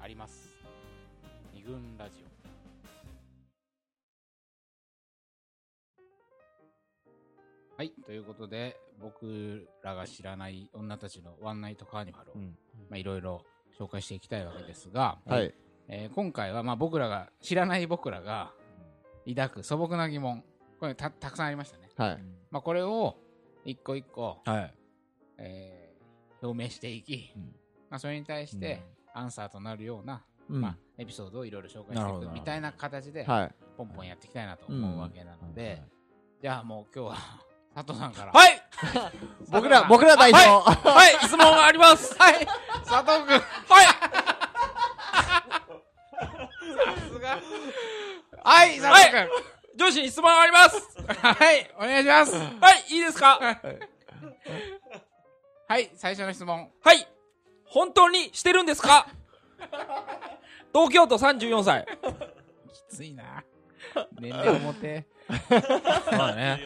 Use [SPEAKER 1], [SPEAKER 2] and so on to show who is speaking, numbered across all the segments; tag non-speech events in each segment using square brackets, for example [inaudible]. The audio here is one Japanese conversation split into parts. [SPEAKER 1] あります二軍ラジオはいということで僕らが知らない女たちのワンナイトカーニバルを、
[SPEAKER 2] うん
[SPEAKER 1] まあ、いろいろ紹介していきたいわけですが、
[SPEAKER 2] はい。
[SPEAKER 1] えー今回はまあ僕らが知らない僕らが抱く素朴な疑問これたたくさんありましたね、
[SPEAKER 2] はい。
[SPEAKER 1] まあ、これを一個一個、
[SPEAKER 2] はい。
[SPEAKER 1] えー表明していき、
[SPEAKER 2] うん
[SPEAKER 1] まあ、それに対してアンサーとなるような、
[SPEAKER 2] うん、
[SPEAKER 1] まあ、エピソードをいろいろ紹介し
[SPEAKER 2] な
[SPEAKER 1] て
[SPEAKER 2] る
[SPEAKER 1] い
[SPEAKER 2] ほど
[SPEAKER 1] くみたいな形で
[SPEAKER 2] はい。
[SPEAKER 1] ポンポンやっていきたいなと思うわけなので、
[SPEAKER 2] はい
[SPEAKER 1] じゃあもう今日は佐藤さんから [laughs]
[SPEAKER 3] はい
[SPEAKER 2] 僕ら、僕ら代表。
[SPEAKER 3] はい質問がありますはい
[SPEAKER 1] 佐藤君はい佐藤君
[SPEAKER 3] 上司に質問があります
[SPEAKER 1] はい、お願いします。
[SPEAKER 3] はいいいですか
[SPEAKER 1] はい、最初の質問。
[SPEAKER 3] はい本当にしてるんですか東京都34歳。
[SPEAKER 1] きついな。年齢表。
[SPEAKER 3] まあね。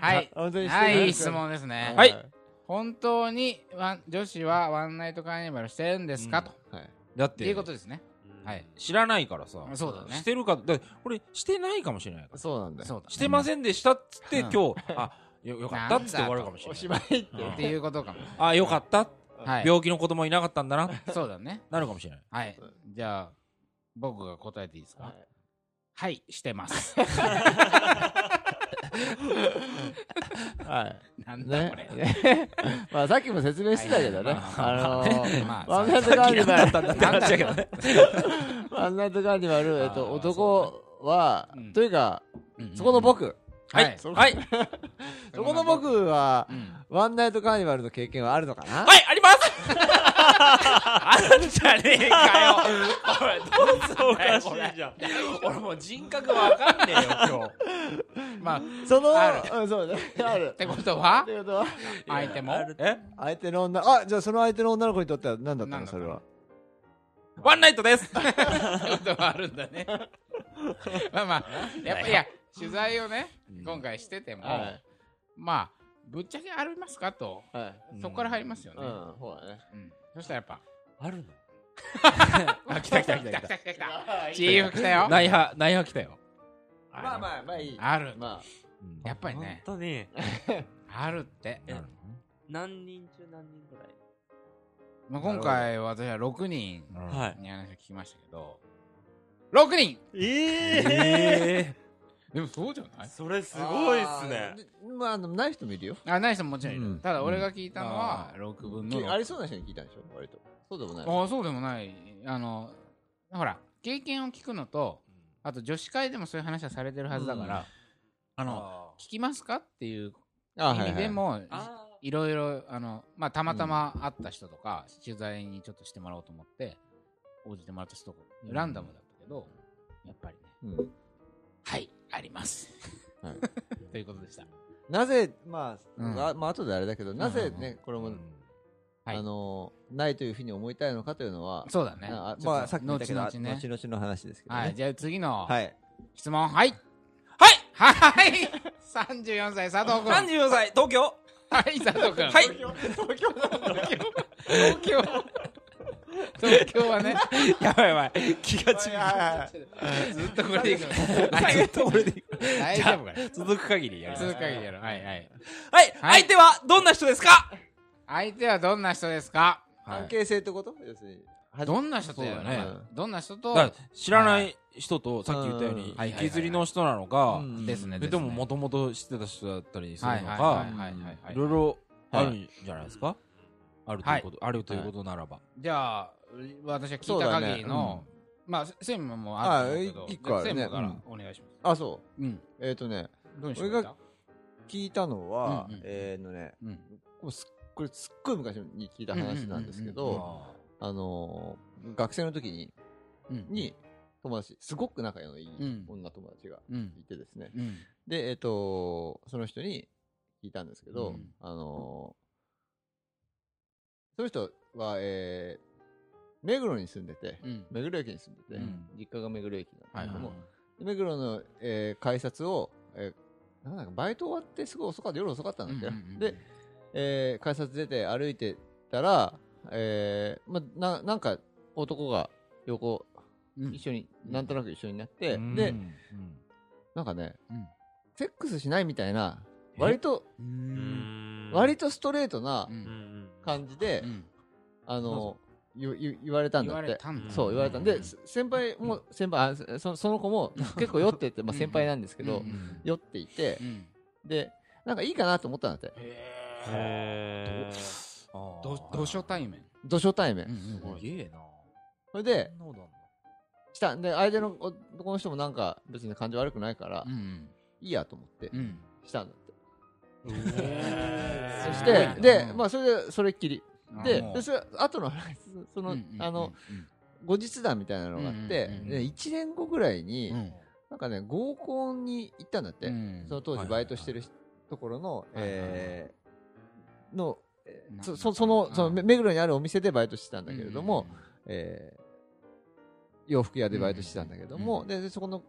[SPEAKER 1] はい。
[SPEAKER 2] 本当に
[SPEAKER 1] は
[SPEAKER 2] 失礼
[SPEAKER 1] い、い
[SPEAKER 2] しました
[SPEAKER 1] 質。問ですね。
[SPEAKER 2] はい。
[SPEAKER 1] 本当にワン女子はワンナイトカーニバルしてるんですか、
[SPEAKER 3] うん
[SPEAKER 1] と。
[SPEAKER 2] はい。
[SPEAKER 3] だっ
[SPEAKER 1] ってい
[SPEAKER 3] て
[SPEAKER 1] うこ、とですね。はい。
[SPEAKER 3] 知らないからさ。
[SPEAKER 1] そうだね
[SPEAKER 3] してるか、だってこれ、してないかもしれないから。
[SPEAKER 2] そうなんだよ。
[SPEAKER 1] そうだ、
[SPEAKER 3] してませんでしたっつって、
[SPEAKER 1] う
[SPEAKER 3] 今
[SPEAKER 1] ん
[SPEAKER 3] 日、あ、よよかったっつって終わるかもしれ
[SPEAKER 2] おし
[SPEAKER 3] ない。
[SPEAKER 2] まいって。
[SPEAKER 3] うん
[SPEAKER 1] っていうことかも。
[SPEAKER 3] あ、よかった。
[SPEAKER 1] はい。
[SPEAKER 3] 病気の子供いなかったんだな。
[SPEAKER 1] そうだね。
[SPEAKER 3] なるかもしれない。
[SPEAKER 1] はい。じゃあ、僕が答えていいですか、はい、して
[SPEAKER 3] [laughs]
[SPEAKER 1] ます。
[SPEAKER 2] はい。
[SPEAKER 1] なんだこれ。
[SPEAKER 2] ね。 [laughs] まあ、さっきも説明してたけどね。あのー、
[SPEAKER 1] ま
[SPEAKER 2] ワンナイトカーニバル。ワンナイトカーニバル、えっ
[SPEAKER 3] あー
[SPEAKER 2] と、男は
[SPEAKER 1] そうだねうん、
[SPEAKER 2] というか、そこの。僕。
[SPEAKER 1] は
[SPEAKER 3] はいい。はい。
[SPEAKER 2] そこの僕は
[SPEAKER 1] う、ん
[SPEAKER 2] ワンナイトカーニバルの経験はあるのかな
[SPEAKER 3] はい、ありますあるんじゃねえかよ。おい、どうすんだよ。おかしいじゃん。俺もう人格わかんねえよ、今
[SPEAKER 1] [laughs] まあ、っ
[SPEAKER 2] その、
[SPEAKER 1] あ
[SPEAKER 2] うんそうね。ある。
[SPEAKER 1] てことは
[SPEAKER 2] ということは、
[SPEAKER 3] 日。
[SPEAKER 1] 相手も
[SPEAKER 3] あるえ
[SPEAKER 2] 相手の女、あ、じゃあその相手の女の子にとっては何だった
[SPEAKER 1] なん
[SPEAKER 2] の
[SPEAKER 1] だ
[SPEAKER 2] それは。
[SPEAKER 3] ワンナイトです。
[SPEAKER 1] ことはあるんだね。まあまあ、やっぱりいや、取材をね、今回してても、
[SPEAKER 2] はい
[SPEAKER 1] まあ、ぶっちゃけありますかと、
[SPEAKER 2] はい。
[SPEAKER 1] そこから入りますよ
[SPEAKER 2] う
[SPEAKER 1] ね。
[SPEAKER 2] ん、ほらね。
[SPEAKER 1] うんそしたらやっぱ、
[SPEAKER 3] あるの
[SPEAKER 1] あ、来た来た来た来た来た来た。チーフ来たよ。
[SPEAKER 3] 内派、内派来たよ。
[SPEAKER 2] まあまあ、まあいい。
[SPEAKER 1] ある。
[SPEAKER 2] ま
[SPEAKER 1] やっぱりね、
[SPEAKER 4] 本当に
[SPEAKER 1] あるって。
[SPEAKER 4] え何人中何人ぐらい
[SPEAKER 1] まあ、今回私は6人
[SPEAKER 3] い。
[SPEAKER 4] はい
[SPEAKER 1] に話を聞きましたけど、6人 [laughs]
[SPEAKER 4] え
[SPEAKER 3] [laughs]
[SPEAKER 1] でもそうじゃな
[SPEAKER 4] ー
[SPEAKER 1] い
[SPEAKER 4] それ
[SPEAKER 2] あ。
[SPEAKER 4] すごいっすね
[SPEAKER 2] あー。でまあ、あのない人もいるよ。
[SPEAKER 1] あ、ない人ももちろんいる。
[SPEAKER 2] うん
[SPEAKER 1] ただ俺が聞いたのは6分の
[SPEAKER 2] き
[SPEAKER 1] 6。
[SPEAKER 2] ありそうな人に聞いたんでしょ割と。そうでもない。
[SPEAKER 1] ああそうでもないあのほら経験を聞くのとあと女子会でもそういう話はされてるはずだから、あの
[SPEAKER 3] あ
[SPEAKER 1] 聞きますかっていう
[SPEAKER 2] あ
[SPEAKER 1] 意味で。も、い
[SPEAKER 4] あ
[SPEAKER 1] いろいろあの、まあ、たまたま会った人とか、取材にちょっとしてもらおうと思って応じてもらった人とか
[SPEAKER 2] うん
[SPEAKER 1] ランダムだったけど、やっぱりね
[SPEAKER 2] うん
[SPEAKER 1] はいあります、
[SPEAKER 2] はい
[SPEAKER 1] [laughs] ということでした
[SPEAKER 2] なぜ、ま
[SPEAKER 1] うん
[SPEAKER 2] あ、あまあ、後であれだけど、なぜ
[SPEAKER 1] うんうん
[SPEAKER 2] ね、これ
[SPEAKER 3] う
[SPEAKER 2] も
[SPEAKER 3] ん、
[SPEAKER 1] はい
[SPEAKER 2] あの、ないというふうに思いたいのかというのは、
[SPEAKER 1] そうだね
[SPEAKER 2] あ
[SPEAKER 1] ちょ
[SPEAKER 2] まあ、さっきも言ったけど、
[SPEAKER 1] 後
[SPEAKER 2] 後
[SPEAKER 1] 々ね
[SPEAKER 2] 々の話ですけどね。
[SPEAKER 1] はいじゃあ次の
[SPEAKER 2] はい。
[SPEAKER 1] 質問はい
[SPEAKER 3] はい
[SPEAKER 1] はい34歳佐藤君
[SPEAKER 3] 34歳、東京
[SPEAKER 1] はい、佐藤君。
[SPEAKER 3] はい
[SPEAKER 1] 東京 [laughs] なんだ。東京。東京はね、
[SPEAKER 3] やばいやばい。気が散る。
[SPEAKER 1] ずっとこれでいく。
[SPEAKER 4] [laughs]
[SPEAKER 3] 最後これで
[SPEAKER 1] 大丈夫かな
[SPEAKER 3] 続く限りやります
[SPEAKER 1] 続く限りやろ。はいはい。
[SPEAKER 3] はい、
[SPEAKER 1] はい
[SPEAKER 3] 相手はどんな人ですか
[SPEAKER 1] 相手はどんな人ですか
[SPEAKER 2] 関係性ってこと要するに。は
[SPEAKER 1] どんな人と
[SPEAKER 3] そうだね
[SPEAKER 1] どんな人
[SPEAKER 3] だ
[SPEAKER 1] と
[SPEAKER 3] から知らない人と、さっき言ったよう
[SPEAKER 2] う
[SPEAKER 3] に
[SPEAKER 2] ん、
[SPEAKER 3] 引きずりの人なのか、
[SPEAKER 2] うん
[SPEAKER 1] ですね。
[SPEAKER 3] ででもも
[SPEAKER 1] っ
[SPEAKER 3] ともと知ってた人だったりす
[SPEAKER 1] とは
[SPEAKER 3] るの
[SPEAKER 1] いはいは
[SPEAKER 3] か
[SPEAKER 1] いはいはいはい
[SPEAKER 3] いろいろあるんじゃないですかあるということあるということならば
[SPEAKER 1] じゃあ、私は聞いた限りの、まあ、専務もあるんだ
[SPEAKER 2] あ
[SPEAKER 1] け
[SPEAKER 2] 一
[SPEAKER 1] ど、
[SPEAKER 2] 個あ
[SPEAKER 1] 専
[SPEAKER 2] るね
[SPEAKER 1] 務からお願いしま
[SPEAKER 2] あ、そ
[SPEAKER 1] す。うん。
[SPEAKER 2] う。えっとね、
[SPEAKER 1] どうにしよ
[SPEAKER 2] 俺
[SPEAKER 1] う
[SPEAKER 2] が
[SPEAKER 1] か。
[SPEAKER 2] 聞いたのは
[SPEAKER 1] うんうん、
[SPEAKER 2] えーのね、
[SPEAKER 1] うん。
[SPEAKER 2] これすこれすっごい昔に聞いた話なんです
[SPEAKER 1] うんうん
[SPEAKER 2] け
[SPEAKER 1] う
[SPEAKER 2] ど、あのー、学生の時に、
[SPEAKER 1] うん。
[SPEAKER 2] に、友達、すごく仲のいい
[SPEAKER 1] うん
[SPEAKER 2] 女友達が
[SPEAKER 1] うん。
[SPEAKER 2] いてですね。
[SPEAKER 1] うん。
[SPEAKER 2] で、えっ、と、その人に聞いたんですけど、
[SPEAKER 1] うん
[SPEAKER 2] あのーその人は、えー目黒に住んでて、
[SPEAKER 1] うん。
[SPEAKER 2] 目黒駅に住んでて、
[SPEAKER 1] うん
[SPEAKER 2] 実家が目黒駅なんです
[SPEAKER 1] はい
[SPEAKER 2] けど
[SPEAKER 1] はい
[SPEAKER 2] も、で目黒の、えー改札を、えーなんだかバイト終わってすごい遅かった、夜遅かったんだっけど、
[SPEAKER 1] うんうんうん
[SPEAKER 2] で、えー改札出て歩いてたら、えーま、ななんか男が横、
[SPEAKER 1] うん
[SPEAKER 2] 一緒に、なんとなく一緒になって、
[SPEAKER 3] うん
[SPEAKER 2] で
[SPEAKER 1] う、
[SPEAKER 2] なんかね、
[SPEAKER 1] うん
[SPEAKER 2] セックスしないみたいな、
[SPEAKER 3] え
[SPEAKER 2] 割と、
[SPEAKER 1] ん
[SPEAKER 2] 割とストレートな
[SPEAKER 1] うん
[SPEAKER 2] 感じで、
[SPEAKER 1] うん
[SPEAKER 2] あの、ゆゆ言われたん
[SPEAKER 1] 言
[SPEAKER 2] だ
[SPEAKER 1] わ
[SPEAKER 2] っ
[SPEAKER 1] れ
[SPEAKER 2] て。
[SPEAKER 1] たんだ
[SPEAKER 2] そう言われたん
[SPEAKER 1] う
[SPEAKER 2] で、
[SPEAKER 1] ん
[SPEAKER 2] す先輩も、先輩、あそその子も結構酔ってて、まあ
[SPEAKER 1] うん
[SPEAKER 2] 先輩なんですけ
[SPEAKER 1] う
[SPEAKER 2] ど
[SPEAKER 1] ん、うん
[SPEAKER 2] 酔っていて
[SPEAKER 1] う、ん
[SPEAKER 2] で、なんかいいかなと思ったんだって。
[SPEAKER 3] へ
[SPEAKER 4] へ
[SPEAKER 3] ー
[SPEAKER 4] ー
[SPEAKER 1] ど同所対面
[SPEAKER 2] 土所対面。
[SPEAKER 1] うんうん
[SPEAKER 3] すげえな
[SPEAKER 2] それで
[SPEAKER 3] そ、んなことあんの
[SPEAKER 2] した。で、相手の男の人もなんか別に感じ悪くないから
[SPEAKER 1] う、ん
[SPEAKER 2] いいやと思って
[SPEAKER 1] う、ん
[SPEAKER 2] したんだって。
[SPEAKER 3] へー
[SPEAKER 2] そし
[SPEAKER 1] すごい
[SPEAKER 2] て、
[SPEAKER 1] な
[SPEAKER 2] で、まあそれで、それっきり。
[SPEAKER 1] うん
[SPEAKER 2] で
[SPEAKER 1] あも、う
[SPEAKER 2] でそれ、後の、その、あの、後日談みたいなのがあって、
[SPEAKER 1] うんうんうん
[SPEAKER 2] で1年後ぐらいに、
[SPEAKER 1] うん
[SPEAKER 2] なんかね、合コンに行ったんだって。
[SPEAKER 1] うん
[SPEAKER 2] その当
[SPEAKER 3] は
[SPEAKER 2] 時
[SPEAKER 3] いはいは
[SPEAKER 2] バ
[SPEAKER 3] い
[SPEAKER 2] イトしてるところの、
[SPEAKER 1] はいはいはい
[SPEAKER 2] えーの、えー
[SPEAKER 1] な
[SPEAKER 2] そそその、
[SPEAKER 1] うん
[SPEAKER 2] その目目黒にあるお店でバイトしてたんだけれども、えー洋服屋でバイトしてたんだけども、
[SPEAKER 1] うん
[SPEAKER 2] ででそこの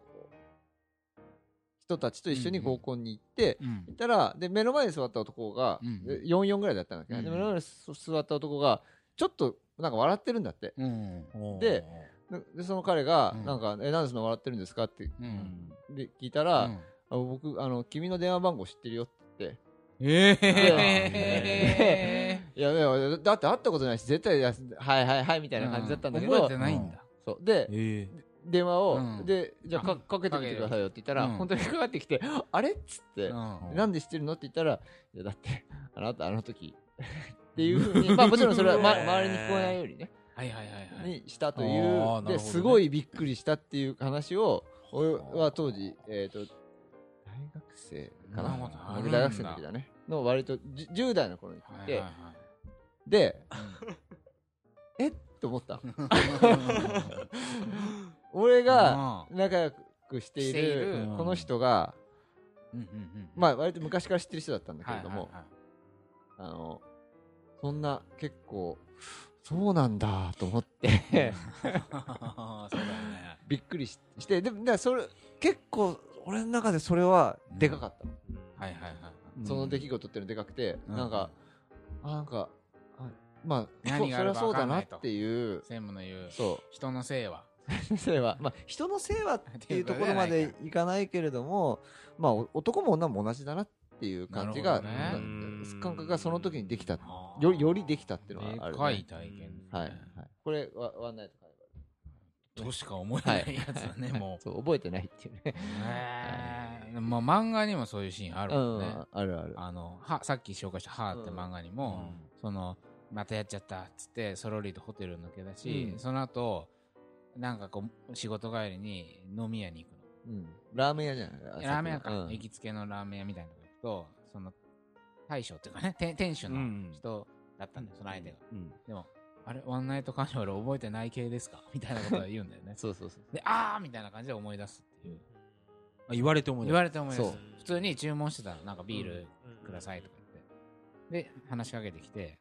[SPEAKER 2] 人たちと一緒に合コンに行って、
[SPEAKER 1] うんうん
[SPEAKER 2] 行ったらで目の前に座った男が、
[SPEAKER 1] うん
[SPEAKER 2] で44ぐらいだったんだけど、
[SPEAKER 1] うん
[SPEAKER 2] で目の前に座った男がちょっとなんか笑ってるんだって
[SPEAKER 1] うん
[SPEAKER 2] でででその彼が、
[SPEAKER 1] うん
[SPEAKER 2] なんか「えなんでそんな笑ってるんですか?」って
[SPEAKER 1] うん
[SPEAKER 2] で聞いたら、あ僕あの君の電話番号知ってるよって言っ
[SPEAKER 1] え
[SPEAKER 2] えていやいやだだって会ったことないし絶対いやはいはいはいみたいな感じだったんだけど、
[SPEAKER 1] 覚えてないんだ
[SPEAKER 2] そうで
[SPEAKER 3] え
[SPEAKER 2] 電話を、
[SPEAKER 1] うん
[SPEAKER 2] でじゃあかかけてみてくださいよって言ったら、
[SPEAKER 1] うん
[SPEAKER 2] 本当にかかってきて [laughs] 「あれ?」っつって、
[SPEAKER 1] うん
[SPEAKER 2] なんで知ってるの?」って言ったら「いやだってあなたあの
[SPEAKER 1] [laughs]
[SPEAKER 2] 時」っていうふうにまあもちろんそれは、ま、周りに聞こえないようにね
[SPEAKER 1] はいはいはいはい
[SPEAKER 2] にしたと
[SPEAKER 3] あーなるほ
[SPEAKER 2] いう、
[SPEAKER 3] どね
[SPEAKER 2] ですごいびっくりしたっていう話を俺は当時、えー、と大学生か
[SPEAKER 1] そんな
[SPEAKER 2] な
[SPEAKER 1] ことあるん
[SPEAKER 2] 俺
[SPEAKER 1] だ
[SPEAKER 2] 大学生の時だねの割とじゅ10代の頃に聞いて、
[SPEAKER 1] はいはいはい
[SPEAKER 2] でえっと思った俺 [laughs] が仲良くしてい
[SPEAKER 1] している
[SPEAKER 2] るこの人が、
[SPEAKER 1] うんうんうん
[SPEAKER 2] まあ割と昔から知ってる人だったんだけ
[SPEAKER 1] は
[SPEAKER 2] れ
[SPEAKER 1] い
[SPEAKER 2] ど
[SPEAKER 1] はい
[SPEAKER 2] も、
[SPEAKER 1] はい
[SPEAKER 2] あのそんな結構そうなんだと思って
[SPEAKER 1] [laughs] そうだよね
[SPEAKER 2] びっくりししてでもだからそれ結構俺の中でそれはでかかったの、
[SPEAKER 1] はいはいはい
[SPEAKER 2] その出来事っていうのでかくて、
[SPEAKER 1] うん
[SPEAKER 2] なんか、あ、なんか、あまあ、そ
[SPEAKER 1] 何
[SPEAKER 2] う
[SPEAKER 1] があ
[SPEAKER 2] それ
[SPEAKER 1] る
[SPEAKER 2] は
[SPEAKER 1] か
[SPEAKER 2] そ
[SPEAKER 1] 分
[SPEAKER 2] う
[SPEAKER 1] か
[SPEAKER 2] だ
[SPEAKER 1] んな
[SPEAKER 2] ないっ
[SPEAKER 1] と
[SPEAKER 2] てい
[SPEAKER 1] 専
[SPEAKER 2] う、
[SPEAKER 1] 務の言う
[SPEAKER 2] そ
[SPEAKER 1] 人のせいは
[SPEAKER 2] う、 [laughs] それは、まあ、人のせいはっていうところま
[SPEAKER 1] っていう
[SPEAKER 2] で
[SPEAKER 1] こ
[SPEAKER 2] いかないけれども、まあ、お男も女も同じだなっていう感じが、
[SPEAKER 1] なるほどね
[SPEAKER 2] うん感覚がその時にできた、
[SPEAKER 1] あー
[SPEAKER 2] よよりできたっていうのはある、
[SPEAKER 1] で
[SPEAKER 2] ね。
[SPEAKER 1] かい体験ですね
[SPEAKER 2] はい。はい。これ、ワワンナイト会話
[SPEAKER 1] としか思え [laughs] ないやつだねも
[SPEAKER 2] [laughs] そう、覚えてないっていうね。
[SPEAKER 1] うねえまあ漫画にもそういうシーンある
[SPEAKER 2] う
[SPEAKER 1] もん
[SPEAKER 2] ん、
[SPEAKER 1] ね
[SPEAKER 2] あるある。
[SPEAKER 1] あのはさっき紹介した「はーって漫画にも、そのまたやっちゃったっつってそろりとホテル抜け出し、
[SPEAKER 2] うん
[SPEAKER 1] その後なんかこう仕事帰りに飲み屋に行く
[SPEAKER 2] うん。ラーメン屋じゃない
[SPEAKER 1] のラーメン屋か、
[SPEAKER 2] うん
[SPEAKER 1] 行きつけのラーメン屋みたいなとこ行くとその大将っていうかね [laughs] 店店主
[SPEAKER 3] う
[SPEAKER 1] の
[SPEAKER 3] ん
[SPEAKER 1] 人だったんだよ、その相手が
[SPEAKER 3] うん
[SPEAKER 1] でも「あれワンナイトカーニバル覚えてない系ですか?」 [laughs] みたいなことを言うんだよね
[SPEAKER 2] そうそうそう。
[SPEAKER 1] で「あー」みたいな感じで思い出すっていう
[SPEAKER 3] あ言われて思い出
[SPEAKER 1] 言
[SPEAKER 3] す
[SPEAKER 1] われて思い出
[SPEAKER 2] そう
[SPEAKER 1] す普通に注文してたのなんかビール、くださいとか言って。で、話しかけてきて、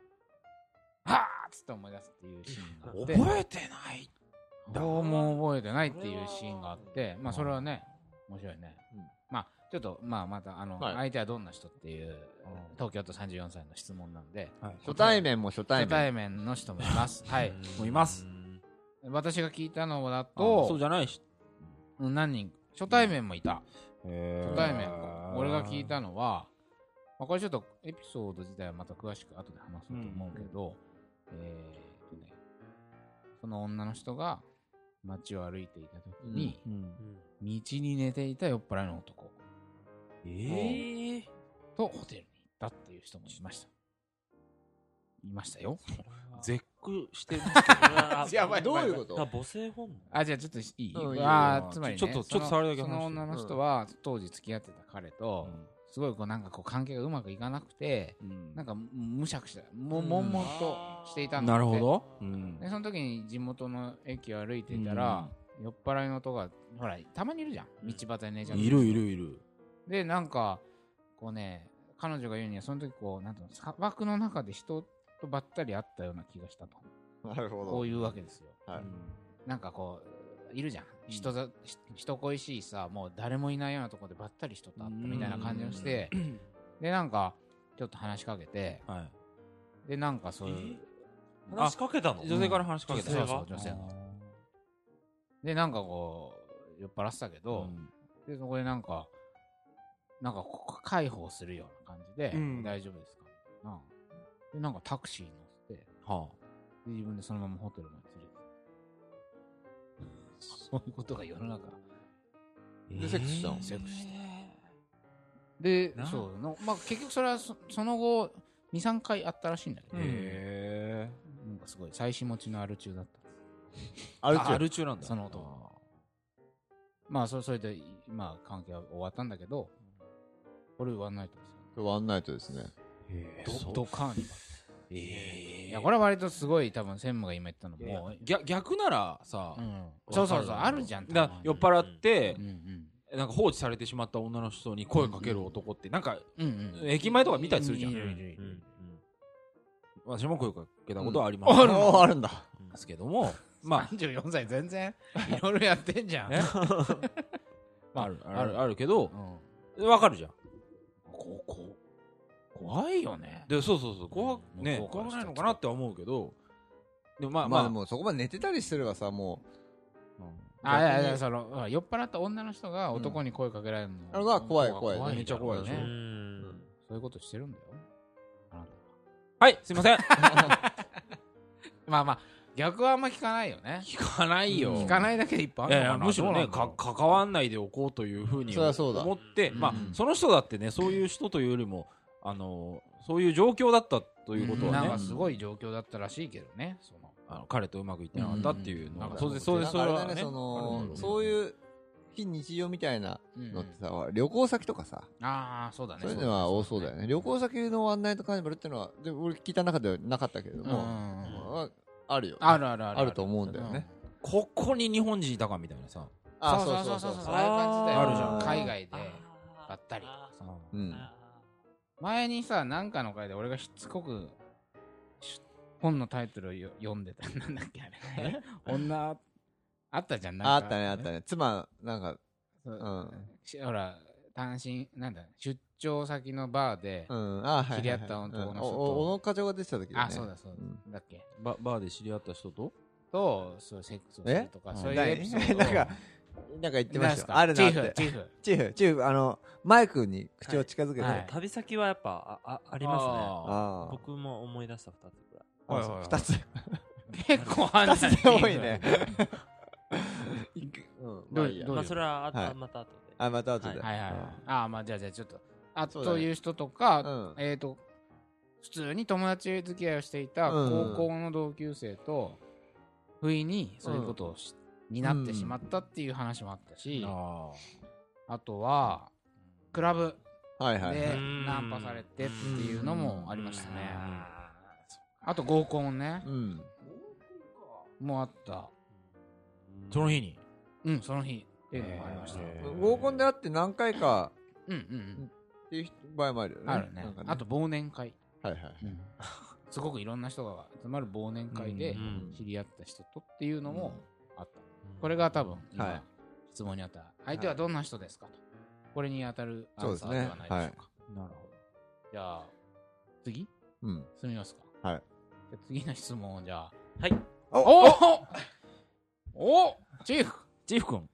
[SPEAKER 1] はぁっつって思い出すっていうシーンがあって、
[SPEAKER 3] 覚えてない
[SPEAKER 1] どうも覚えてないっていうシーンがあって、まあそれはね、面白いね。
[SPEAKER 2] うん
[SPEAKER 1] まあちょっと、まあまた、あの、
[SPEAKER 2] はい
[SPEAKER 1] 相手はどんな人っていう、東京都34歳の質問なんで、
[SPEAKER 2] 初対面も初対
[SPEAKER 1] 初
[SPEAKER 2] 面。
[SPEAKER 1] 対面の人もいます。はい。
[SPEAKER 3] もういます
[SPEAKER 1] 私が聞いたのだ
[SPEAKER 3] とそう
[SPEAKER 1] と、
[SPEAKER 3] じゃないし
[SPEAKER 1] うん何人、初対面もいた。初
[SPEAKER 3] 初
[SPEAKER 1] 対面。俺が聞いたのは、まあ、これちょっとエピソード自体はまた詳しく後で話そうと思うけど、えーっとね、その女の人が街を歩いていた時に、道に寝ていた酔っ払いの男
[SPEAKER 3] ええ
[SPEAKER 1] とホテルに行ったっていう人もいました。いましたよ。
[SPEAKER 3] 絶句してる
[SPEAKER 1] [laughs]
[SPEAKER 2] やばいどういうこと
[SPEAKER 3] だ母性本能
[SPEAKER 1] あ、じゃあちょっといい、
[SPEAKER 2] うんいいよ
[SPEAKER 1] あーつまり、ね、
[SPEAKER 3] ちょっとちょっと
[SPEAKER 1] そ
[SPEAKER 3] 触
[SPEAKER 1] の
[SPEAKER 3] るだ
[SPEAKER 1] そ
[SPEAKER 3] け話して
[SPEAKER 1] の女の人は当時付き合ってた彼と、すごいこうなんかこう関係がうまくいかなくて、なんかむむしゃくしゃ、も悶々としていたんだ
[SPEAKER 3] な
[SPEAKER 1] って
[SPEAKER 3] るほどうん
[SPEAKER 1] でその時に地元の駅を歩いていたら、酔っ払いの音がほらたまにいるじゃん道端に寝ちゃって
[SPEAKER 3] いるいるいる
[SPEAKER 1] でなんかこうね彼女が言うにはその時こうなんていうの砂漠の中で人とばったり会ったような気がしたと
[SPEAKER 2] なるほど。
[SPEAKER 1] こういうわけですよ
[SPEAKER 2] はい
[SPEAKER 1] なんかこういるじゃん人ざ、し人恋しいさもう誰もいないようなところでばったり人と会ったみたいな感じをしてでなんかちょっと話しかけて
[SPEAKER 3] はい
[SPEAKER 1] でなんかそういう
[SPEAKER 3] 話しかけたの
[SPEAKER 1] 女性から
[SPEAKER 3] 話し
[SPEAKER 1] かけた
[SPEAKER 3] 女性が
[SPEAKER 1] そうそう女性がで、なんかこう、酔っ払ってたけど、で、そこでなんか、なんかこう介抱するような感じで、
[SPEAKER 3] うん
[SPEAKER 1] 大丈夫ですかみたいな。で、なんかタクシーに乗せて、
[SPEAKER 3] は
[SPEAKER 1] で自分でそのままホテルまで連れて行くそういうことが世の中。
[SPEAKER 3] あ。
[SPEAKER 2] でセックスしたの
[SPEAKER 1] セックスしで
[SPEAKER 3] な、
[SPEAKER 1] そうの、まあ結局それはそその後、2、3回あったらしいんだけど、
[SPEAKER 3] へ
[SPEAKER 1] なんかすごい、妻子持ちのアル中だった。
[SPEAKER 2] ある
[SPEAKER 3] ー。
[SPEAKER 2] ちゅ
[SPEAKER 3] ア
[SPEAKER 2] う
[SPEAKER 3] ル中なんだ。
[SPEAKER 1] その男はまあ、それ、それで、まあ関係は終わったんだけど、これワンナイトですよ、ね。
[SPEAKER 2] これワンナイトですね。
[SPEAKER 3] へ
[SPEAKER 1] ド
[SPEAKER 3] ー。
[SPEAKER 1] ドカーニバル
[SPEAKER 3] ええ。
[SPEAKER 1] いや、これは割とすごい、多分専務が今言ったのも、
[SPEAKER 3] 逆逆ならさ
[SPEAKER 1] う、ん、そうそうそう、あるじゃん。
[SPEAKER 3] だ
[SPEAKER 1] たまに
[SPEAKER 3] 酔っ払って
[SPEAKER 1] うん、うん。
[SPEAKER 3] なんか放置されてしまった女の人に声かける男って、なんか
[SPEAKER 1] うんうん。
[SPEAKER 3] 駅前とか見たりするじゃん
[SPEAKER 1] い。るいるいる
[SPEAKER 3] 私も声かけたことはありま
[SPEAKER 2] あ
[SPEAKER 3] す
[SPEAKER 2] るあるんだ。
[SPEAKER 3] ですけども、ま
[SPEAKER 1] 34歳全然、いろいろやってんじゃ
[SPEAKER 3] あ、
[SPEAKER 1] ん。
[SPEAKER 3] ね [laughs] まあ、ある、ある、あるけど、わかるじゃん。
[SPEAKER 1] ここ怖いよね。
[SPEAKER 3] で、そうそうそう、怖く
[SPEAKER 1] うん
[SPEAKER 3] ね
[SPEAKER 1] 向、こう
[SPEAKER 3] 怖
[SPEAKER 1] から
[SPEAKER 3] く
[SPEAKER 1] した
[SPEAKER 3] ない
[SPEAKER 1] ら
[SPEAKER 3] のかなって思うけど、でもまあ
[SPEAKER 2] まあ
[SPEAKER 3] ま
[SPEAKER 2] で
[SPEAKER 3] あ、
[SPEAKER 2] もそこまで寝てたりすればさ、も [laughs]
[SPEAKER 1] あいやいや、その、うん酔っ払った女の人が男に声かけられるの。
[SPEAKER 2] あれは怖い怖い
[SPEAKER 1] よね
[SPEAKER 3] めっちゃ怖いでしょ
[SPEAKER 1] ね
[SPEAKER 4] ん。
[SPEAKER 1] そういうことしてるんだよ。あなたは
[SPEAKER 3] はい、すいません。
[SPEAKER 1] まあまあ、逆はあんま聞かないよね。
[SPEAKER 3] [laughs] 聞かないよ。
[SPEAKER 1] 聞か
[SPEAKER 3] い。
[SPEAKER 1] ないだけでいっぱいあ
[SPEAKER 3] いや
[SPEAKER 1] るのか
[SPEAKER 3] いや
[SPEAKER 1] な
[SPEAKER 3] むしろ
[SPEAKER 1] ど
[SPEAKER 3] ね
[SPEAKER 1] うなんだろ
[SPEAKER 3] か
[SPEAKER 1] う
[SPEAKER 3] 関わんないでおこうというふうに
[SPEAKER 2] そりゃそうだ
[SPEAKER 3] 思って
[SPEAKER 4] うん
[SPEAKER 3] まあ
[SPEAKER 2] うん、
[SPEAKER 3] その人だってねそういう人というよりもあのそういう状況だったということ
[SPEAKER 1] うん
[SPEAKER 3] は
[SPEAKER 1] なん
[SPEAKER 3] ね
[SPEAKER 1] かすごい状況だったらしいけどね。その
[SPEAKER 3] あの彼とうまくいってなかったっていうの
[SPEAKER 1] うん
[SPEAKER 3] が
[SPEAKER 1] うん
[SPEAKER 3] 当然
[SPEAKER 1] そ
[SPEAKER 3] そう
[SPEAKER 1] う
[SPEAKER 3] れ
[SPEAKER 1] で
[SPEAKER 2] なん
[SPEAKER 3] そ
[SPEAKER 2] かあれ
[SPEAKER 3] れ
[SPEAKER 2] だ
[SPEAKER 3] は
[SPEAKER 2] ね、
[SPEAKER 3] ね
[SPEAKER 2] そ
[SPEAKER 1] あ
[SPEAKER 2] の
[SPEAKER 1] る、
[SPEAKER 2] そういう非日常みたいなのってさ、旅行先とかさ、
[SPEAKER 1] ああ、そうだね。
[SPEAKER 2] そういうのは多そうだよね。旅行先のワンナイトカーニバルっていうのは、で俺聞いた中ではなかったけれど
[SPEAKER 1] うんうん
[SPEAKER 2] も、
[SPEAKER 1] うんうん
[SPEAKER 2] ああるよ。
[SPEAKER 1] あるあるある。
[SPEAKER 2] あると思うんだよね。
[SPEAKER 3] ここに日本人いたかみたいなさ
[SPEAKER 2] あ
[SPEAKER 1] そうそうそうそうそう。
[SPEAKER 4] そ
[SPEAKER 1] そうういう感じだよ。
[SPEAKER 3] あるじゃん
[SPEAKER 1] 海外で
[SPEAKER 4] あー
[SPEAKER 1] ばったりとかさ。
[SPEAKER 2] う
[SPEAKER 4] あ
[SPEAKER 2] ん
[SPEAKER 4] ー。
[SPEAKER 1] 前にさ、なんかの回で俺がしつこくし本のタイトルをよ読んでた。なんだっけあれ。女、あったじゃん。
[SPEAKER 2] ああ
[SPEAKER 1] な
[SPEAKER 2] ったね、あった
[SPEAKER 1] ね。
[SPEAKER 2] ね。妻、なんか、
[SPEAKER 1] そう
[SPEAKER 2] うん。
[SPEAKER 1] しほら、単身、なんだ、出張先のバーで、
[SPEAKER 2] うん、ああ、はいはいはい。
[SPEAKER 1] 知り合った男の人と
[SPEAKER 2] うんおお小野課長が出てた時だよね。
[SPEAKER 1] あ、そうだそう
[SPEAKER 2] うん
[SPEAKER 1] だ。だっけ
[SPEAKER 3] ババーで知り合った人と
[SPEAKER 1] と、そう、セックスをするとか、
[SPEAKER 2] え
[SPEAKER 1] そういうエピソードを。
[SPEAKER 2] 何 [laughs] なんかなんか言ってま
[SPEAKER 1] なん
[SPEAKER 2] し
[SPEAKER 1] すか
[SPEAKER 2] たよ。ある
[SPEAKER 1] チ
[SPEAKER 2] なっ
[SPEAKER 1] ーフ
[SPEAKER 2] て、。
[SPEAKER 1] チーフ。
[SPEAKER 2] チーフ、チーフ、あの、マイクに口を近づけて。
[SPEAKER 1] はい
[SPEAKER 2] あ
[SPEAKER 4] 旅先はやっぱああありま
[SPEAKER 3] あ
[SPEAKER 2] あ
[SPEAKER 4] すね。。僕も思い出した2つぐらい。
[SPEAKER 2] あ
[SPEAKER 3] はいはいはい
[SPEAKER 2] 二つ。
[SPEAKER 1] 結構あんな
[SPEAKER 2] 二つ多いね。いくうん、まあいいや
[SPEAKER 1] どういう
[SPEAKER 4] まあそれはあと、
[SPEAKER 2] はい
[SPEAKER 4] また後で。
[SPEAKER 2] あ、また後で。
[SPEAKER 1] はいはいはい。ああ、まあじゃあじゃあちょっと。あ
[SPEAKER 2] そうだね
[SPEAKER 1] という人と
[SPEAKER 2] う
[SPEAKER 1] か、
[SPEAKER 2] ん。うん
[SPEAKER 1] えっと、普通に友達付き合いをしていた
[SPEAKER 2] うん
[SPEAKER 1] 高校の同級生と、不意にそういうことをし、になってしまったっていう話もあったし、
[SPEAKER 3] あ
[SPEAKER 1] あとは、クラブ
[SPEAKER 2] はいはいは
[SPEAKER 1] で
[SPEAKER 2] い。
[SPEAKER 4] ん
[SPEAKER 1] ナンパされてっていうのもありましたね
[SPEAKER 4] うん。
[SPEAKER 1] あと合コンね
[SPEAKER 2] う、ん。
[SPEAKER 1] もうあった。
[SPEAKER 3] その日に
[SPEAKER 1] うん、その日っていうのもありました。
[SPEAKER 3] へー
[SPEAKER 2] 合コンで会って何回か
[SPEAKER 1] うんうん
[SPEAKER 2] っていう場合もあるよ
[SPEAKER 1] う
[SPEAKER 2] ね
[SPEAKER 1] ん。。あるね
[SPEAKER 2] なんか。
[SPEAKER 1] あと、忘年会。
[SPEAKER 2] はいはい。
[SPEAKER 1] すごくいろんな人が集まる忘年会で
[SPEAKER 4] うん
[SPEAKER 1] 知り合った人とっていうのもあった。これが多分今、
[SPEAKER 2] はい
[SPEAKER 1] 質問にあった相手はどんな人ですかと。これに当たるアンサー
[SPEAKER 2] そうで
[SPEAKER 1] です
[SPEAKER 2] ね
[SPEAKER 1] はないでしょうか。
[SPEAKER 3] なるほ
[SPEAKER 1] じゃあ、次
[SPEAKER 2] うん。
[SPEAKER 1] 進みますか。
[SPEAKER 2] はい
[SPEAKER 1] じゃあ次の質問をじゃあ。
[SPEAKER 4] はい。
[SPEAKER 1] おおおチーフ
[SPEAKER 3] ジーフ君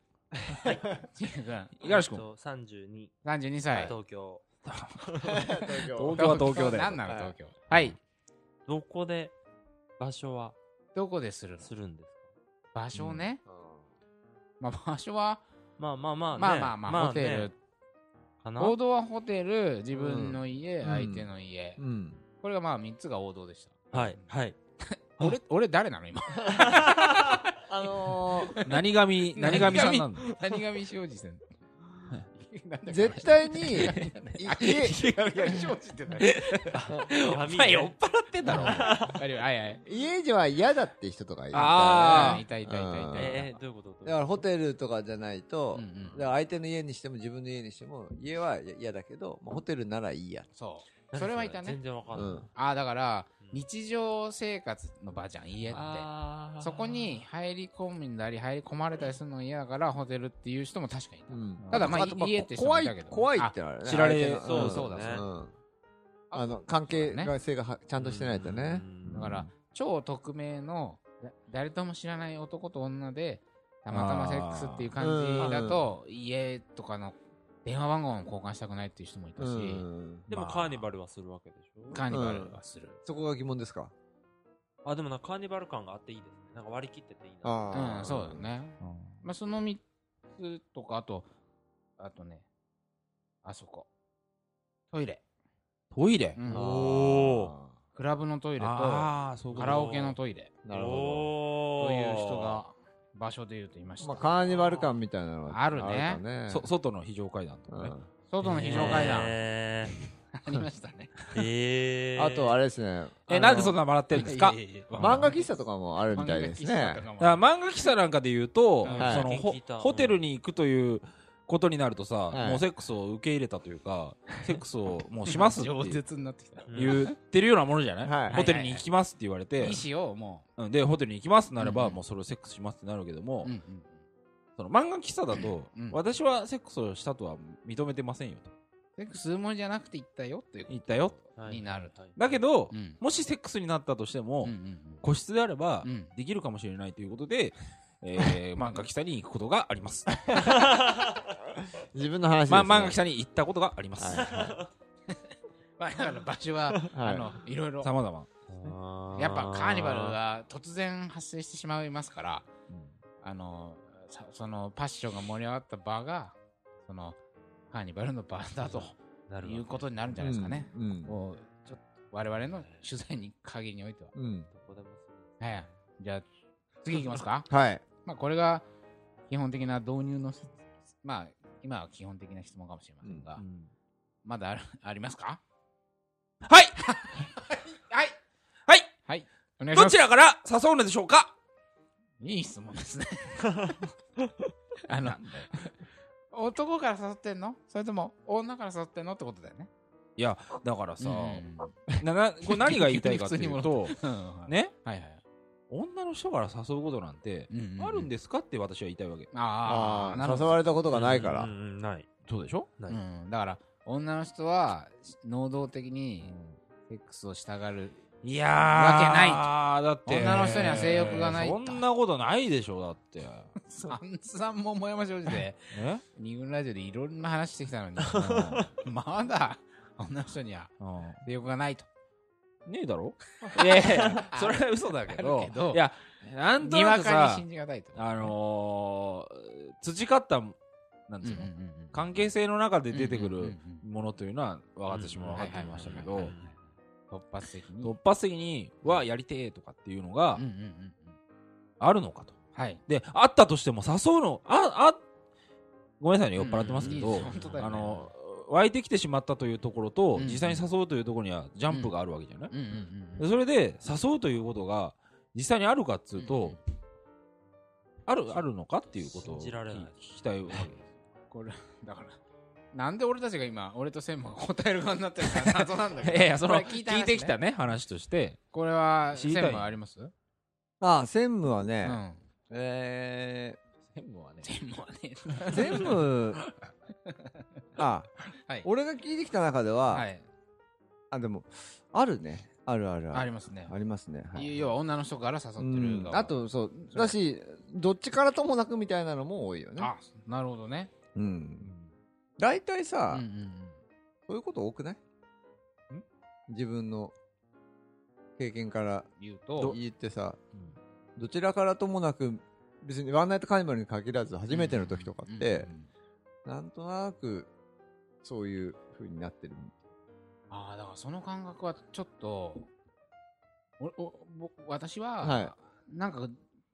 [SPEAKER 1] チーフ君、
[SPEAKER 3] 五十嵐君
[SPEAKER 4] えっと32、
[SPEAKER 1] 32歳。
[SPEAKER 4] 東京。
[SPEAKER 2] 東
[SPEAKER 3] 東京は東京だよ
[SPEAKER 1] 何なの東京。はい。
[SPEAKER 4] どこで場所は
[SPEAKER 1] どこでするの
[SPEAKER 4] するんですか
[SPEAKER 1] 場所ね。まあ場所は、
[SPEAKER 4] まあまあまあね。
[SPEAKER 1] まあまあまあ、ホテル
[SPEAKER 4] ね。かな
[SPEAKER 1] 王道はホテル、自分の家、
[SPEAKER 2] うん
[SPEAKER 1] 相手の家。
[SPEAKER 2] うん。
[SPEAKER 1] これがまあ3つが王道でし
[SPEAKER 4] はい。はい。
[SPEAKER 1] た。俺、俺誰なの今。
[SPEAKER 2] あの
[SPEAKER 1] [laughs]
[SPEAKER 3] 何神何神さんなんだ
[SPEAKER 1] 何が庄司さん。 [laughs]
[SPEAKER 2] ー、絶対に、い家、
[SPEAKER 1] 庄司って何
[SPEAKER 4] 紙
[SPEAKER 3] お
[SPEAKER 4] ね
[SPEAKER 3] 前酔っ払ってんだろお前
[SPEAKER 1] はいはい。
[SPEAKER 2] 家じゃ嫌だって人とかいるからね
[SPEAKER 3] あー
[SPEAKER 1] いたいたいたいた
[SPEAKER 4] [laughs] えー、どういうことどういうこと
[SPEAKER 2] だからホテルとかじゃないと、
[SPEAKER 1] うんうん
[SPEAKER 2] だから相手の家にしても自分の家にしても家は嫌だけど、まあ、ホテルならいいや、
[SPEAKER 1] そう。
[SPEAKER 4] 何
[SPEAKER 1] それはいたね
[SPEAKER 4] 全。然わか
[SPEAKER 2] う
[SPEAKER 4] んない。
[SPEAKER 2] ん
[SPEAKER 1] ああ、だから
[SPEAKER 4] うん、
[SPEAKER 1] 日常生活の場じゃん、家って。
[SPEAKER 4] あー
[SPEAKER 1] そこに、入り込んだり、入り込まれたりするのが嫌だから、ホテルっていう人も確かにいた。ただまあ
[SPEAKER 2] と
[SPEAKER 1] 家って人も
[SPEAKER 2] 怖
[SPEAKER 1] いたけ
[SPEAKER 2] い
[SPEAKER 1] ど
[SPEAKER 2] 怖いってのはあるね
[SPEAKER 3] あ知られ
[SPEAKER 2] 相手の
[SPEAKER 4] そうんそうだね
[SPEAKER 2] んあの関係が性がはちゃんとしてないとね
[SPEAKER 4] うん
[SPEAKER 1] だから、超匿名の、だ誰とも知らない男と女で、たまたまセックスっていう感じだと、家とかの電話番号も交換したくないっていう人もいたし、
[SPEAKER 2] うん
[SPEAKER 4] でも
[SPEAKER 1] まあ
[SPEAKER 4] カーニバルはするわけでしょ
[SPEAKER 1] カーニバルはする。
[SPEAKER 2] そこが疑問ですか
[SPEAKER 4] あ、でもなんかカーニバル感があっていいですね。なんか割り切ってていいな。
[SPEAKER 1] うん、
[SPEAKER 2] ああ
[SPEAKER 1] そうだよね。まあ、その3つとか、あと、あとね、あそこ。トイレ。
[SPEAKER 3] トイレ
[SPEAKER 1] うん
[SPEAKER 4] おー
[SPEAKER 1] クラブのトイレと、カ
[SPEAKER 3] ああ、そういうこと
[SPEAKER 1] ラオケのトイレ。
[SPEAKER 2] なるほ
[SPEAKER 4] ど
[SPEAKER 1] という人が、場所で言うといまし
[SPEAKER 2] ど
[SPEAKER 1] た。
[SPEAKER 2] まあカーニバル感みたいなのは
[SPEAKER 1] あるね
[SPEAKER 2] かね
[SPEAKER 3] そ外の非常階段とか
[SPEAKER 2] う
[SPEAKER 3] ね。
[SPEAKER 2] ん
[SPEAKER 1] 外の非常階段、
[SPEAKER 4] え
[SPEAKER 1] ありましたね。
[SPEAKER 4] ー。
[SPEAKER 2] あとあ
[SPEAKER 4] れ
[SPEAKER 2] れですね
[SPEAKER 3] え、なんでそん
[SPEAKER 2] な
[SPEAKER 3] な笑ってるんですか
[SPEAKER 2] 漫画喫茶とかもあるみたいですね
[SPEAKER 3] あ漫画喫茶なんかで言うと、
[SPEAKER 1] はい
[SPEAKER 3] その
[SPEAKER 4] はい
[SPEAKER 3] ほ
[SPEAKER 4] 聞いた
[SPEAKER 3] ホテルに行くということになるとさ、
[SPEAKER 2] はい
[SPEAKER 3] もうセックスを受け入れたとい
[SPEAKER 1] [laughs]
[SPEAKER 3] うか、セックスをもうしますって
[SPEAKER 1] 饒舌になってきた。
[SPEAKER 3] 言ってるようなものじゃない、
[SPEAKER 2] はい
[SPEAKER 3] ホテルに行きますって言われて、
[SPEAKER 1] 意思をも
[SPEAKER 3] うんで、ホテルに行きますなれば、
[SPEAKER 1] うん
[SPEAKER 3] もうそれをセックスしますってなるけど
[SPEAKER 1] う、
[SPEAKER 3] も、
[SPEAKER 1] うんうん
[SPEAKER 3] その漫画喫茶だと、
[SPEAKER 1] うん
[SPEAKER 3] 私はセックスをしたとは認めてませんよと。
[SPEAKER 1] セックスもんじゃなくて行ったよっていう。
[SPEAKER 3] 言ったよ。
[SPEAKER 1] になると
[SPEAKER 3] だけ、ど、
[SPEAKER 1] うん
[SPEAKER 3] もしセックスになったとしても、
[SPEAKER 1] うんうん
[SPEAKER 3] 個室であれば、
[SPEAKER 1] うん
[SPEAKER 3] できるかもしれないということで、
[SPEAKER 1] [laughs]
[SPEAKER 3] えー、漫画喫茶に行くことがあります。
[SPEAKER 2] 自分の話です
[SPEAKER 3] ま、
[SPEAKER 2] ね
[SPEAKER 3] 漫画喫茶に行ったことがあります。
[SPEAKER 1] まあだから場所は、あの、いろいろ。
[SPEAKER 3] さまざま。
[SPEAKER 1] やっぱカーニバルが突然発生してしまいますから、
[SPEAKER 3] うん
[SPEAKER 1] あの、さそのパッションが盛り上がった場が、その、カーニバルの場だと
[SPEAKER 4] なる
[SPEAKER 1] いう
[SPEAKER 4] ほ
[SPEAKER 1] こ
[SPEAKER 4] ど。
[SPEAKER 1] とになるんじゃないですかね。
[SPEAKER 2] うん
[SPEAKER 1] こうちょっと我々の取材に限りにおいては。
[SPEAKER 2] うんうん
[SPEAKER 4] どこでもそう
[SPEAKER 1] はい。じゃあ、次いきますか。
[SPEAKER 2] はい
[SPEAKER 1] まあ、これが基本的な導入のし、まあ、今は基本的な質問かもしれませんが、まだある [laughs] ありますかは
[SPEAKER 3] はい
[SPEAKER 1] い
[SPEAKER 3] はい
[SPEAKER 1] はい。お願いし
[SPEAKER 3] ど
[SPEAKER 1] ます
[SPEAKER 3] ち。らから誘うのでしょうか
[SPEAKER 1] いい質問ですね。あの、男から誘ってんのそれとも女から誘ってんのってことだよね。
[SPEAKER 3] いや、だからさ、
[SPEAKER 1] うん
[SPEAKER 3] ななこれ何が言いたいかってい
[SPEAKER 1] [laughs]
[SPEAKER 3] うと、
[SPEAKER 1] うん
[SPEAKER 3] ね、
[SPEAKER 1] はいはい。
[SPEAKER 3] 女の人から誘うことなんて、あるん
[SPEAKER 1] で。
[SPEAKER 3] ですかって私は言いたいわけ。
[SPEAKER 1] あ
[SPEAKER 2] あ
[SPEAKER 1] あ、なるほ
[SPEAKER 2] あ誘
[SPEAKER 1] ど。
[SPEAKER 2] われたことがないか
[SPEAKER 4] う
[SPEAKER 2] ら
[SPEAKER 4] んうんない。
[SPEAKER 3] そうでしょ
[SPEAKER 4] な
[SPEAKER 1] う
[SPEAKER 4] い。
[SPEAKER 1] ん、だから、女の人は能動的にセックスをしたがる。
[SPEAKER 3] いやー、
[SPEAKER 1] わけない
[SPEAKER 3] だって、
[SPEAKER 1] 女の人には性欲がない
[SPEAKER 3] そんなことないでしょ、
[SPEAKER 1] [laughs]
[SPEAKER 3] だって。
[SPEAKER 1] さんさんももやま正直 [laughs] で。
[SPEAKER 3] え
[SPEAKER 1] 二軍ラジオでいろんな話してきたのに、 [laughs] まだ女の人には
[SPEAKER 3] うん
[SPEAKER 1] 性欲がないと。
[SPEAKER 3] ねえ
[SPEAKER 1] [laughs]
[SPEAKER 3] だろいやいや
[SPEAKER 1] あ
[SPEAKER 3] それは嘘だけ
[SPEAKER 1] あ
[SPEAKER 3] ど
[SPEAKER 1] るけど
[SPEAKER 3] いやなんと
[SPEAKER 1] に
[SPEAKER 3] な
[SPEAKER 1] わ
[SPEAKER 3] く
[SPEAKER 1] かに
[SPEAKER 3] さ
[SPEAKER 1] 信じがたいと。
[SPEAKER 3] あのー、培ったなん
[SPEAKER 1] うんう
[SPEAKER 3] つうんの、
[SPEAKER 1] うんうん
[SPEAKER 3] 関係性の中で出てく
[SPEAKER 1] うんうんう
[SPEAKER 3] る
[SPEAKER 1] ん
[SPEAKER 3] ものというのは私も分かってきましたけ
[SPEAKER 1] はい
[SPEAKER 3] ど
[SPEAKER 1] はいはいはい突発的に。
[SPEAKER 3] 突発的にはやりてえとかっていうのが
[SPEAKER 1] うんうんうんうん
[SPEAKER 3] あるのかと
[SPEAKER 1] はい。
[SPEAKER 3] であったとしても誘うのああごめんなさいね酔っ払ってますけ
[SPEAKER 1] うん
[SPEAKER 3] ど、
[SPEAKER 1] うん本当だよね
[SPEAKER 3] あの湧いてきてしまったというところと、
[SPEAKER 1] うん
[SPEAKER 3] 実際に誘うというところにはジャンプがあるわけじゃない、
[SPEAKER 1] うんうんうんう
[SPEAKER 3] で
[SPEAKER 1] ん
[SPEAKER 3] それで誘うということが実際にあるかっつうと、
[SPEAKER 1] ん
[SPEAKER 3] あるあるのかっていうことを
[SPEAKER 4] 信じられない
[SPEAKER 3] 聞きたいわけ
[SPEAKER 1] これ、だから。なんで俺たちが今、俺と専務が答える側になってるのか謎なんだけど。
[SPEAKER 3] [laughs] いやいやその
[SPEAKER 1] これ
[SPEAKER 3] 聞い,、
[SPEAKER 1] 話ね
[SPEAKER 3] てきた。ね話として
[SPEAKER 1] これは、専
[SPEAKER 3] 知りたい
[SPEAKER 1] 務はありますうん。
[SPEAKER 2] ああ専務はね、
[SPEAKER 1] 専
[SPEAKER 2] え
[SPEAKER 3] 専務はね
[SPEAKER 1] 務はね。
[SPEAKER 2] ー、専
[SPEAKER 1] [laughs]
[SPEAKER 2] 務あ
[SPEAKER 1] はい。
[SPEAKER 2] 俺が聞いてきた中では、
[SPEAKER 1] はい。
[SPEAKER 2] あでもあるねあるある
[SPEAKER 1] あ
[SPEAKER 2] あ
[SPEAKER 1] り
[SPEAKER 2] る
[SPEAKER 1] ますね。
[SPEAKER 2] ありますね、はい
[SPEAKER 1] 要は女の人から誘って
[SPEAKER 2] う
[SPEAKER 1] る
[SPEAKER 2] ん
[SPEAKER 1] 側。
[SPEAKER 2] あとそう
[SPEAKER 1] それ
[SPEAKER 2] だしどっちからともなくみたいなのも多いよね
[SPEAKER 1] あ、なるほどね。
[SPEAKER 2] うん大体
[SPEAKER 1] うん
[SPEAKER 2] さ、
[SPEAKER 1] うんうん。
[SPEAKER 2] そういうこと多くない自分の経験から
[SPEAKER 1] 言うと、
[SPEAKER 2] 言ってさどちらからともなく別にワンナイトカーニバルに限らず初めての時とかって、
[SPEAKER 1] うんうんうん
[SPEAKER 2] なんとなくそういう風になってる
[SPEAKER 1] ああ、だからその感覚はちょっと、おおぼ私は、
[SPEAKER 2] はい
[SPEAKER 1] なんか、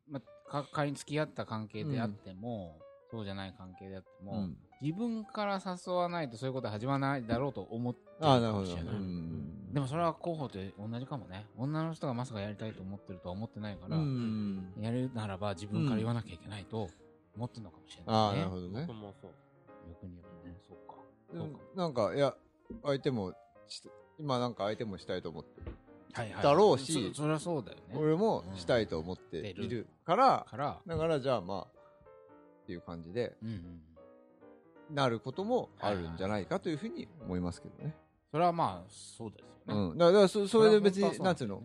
[SPEAKER 1] ま、か仮に付き合った関係であっても、そうじゃない関係であっても、
[SPEAKER 2] うん
[SPEAKER 1] 自分から誘わないとそういうことは始まらないだろうと思ってる
[SPEAKER 2] あ
[SPEAKER 1] か
[SPEAKER 2] あなるほ
[SPEAKER 1] も
[SPEAKER 2] ど、
[SPEAKER 1] し
[SPEAKER 2] う
[SPEAKER 1] れない。
[SPEAKER 2] ん、
[SPEAKER 1] でもそれは候補と同じかもね。女の人がまさかやりたいと思ってるとは思ってないから、
[SPEAKER 2] うん
[SPEAKER 1] やるならば自分から言わなきゃいけないと思ってるのかもしれ
[SPEAKER 2] あ
[SPEAKER 1] な
[SPEAKER 2] あ
[SPEAKER 1] い、ね。
[SPEAKER 2] なるほどね
[SPEAKER 4] 僕もそう。
[SPEAKER 1] 逆に言えばね、そうか。
[SPEAKER 2] う
[SPEAKER 1] そうか
[SPEAKER 2] んなんかいや相手もして今なんか相手もしたいと思ってる
[SPEAKER 1] はいはい
[SPEAKER 2] だろうし
[SPEAKER 1] そそりゃそうだよね。
[SPEAKER 2] 俺もしたいと思ってい
[SPEAKER 1] うん出
[SPEAKER 2] る
[SPEAKER 1] る
[SPEAKER 2] から、
[SPEAKER 1] から、
[SPEAKER 2] だからじゃあまあっていう感じで
[SPEAKER 1] うんうん、
[SPEAKER 2] なることもあるんじゃないかというふうに思いますけどね、
[SPEAKER 1] それはまあそうですよね。
[SPEAKER 2] うん、だからだからそそれで別に
[SPEAKER 1] は
[SPEAKER 2] なん
[SPEAKER 1] 本当
[SPEAKER 2] つう
[SPEAKER 1] は
[SPEAKER 2] の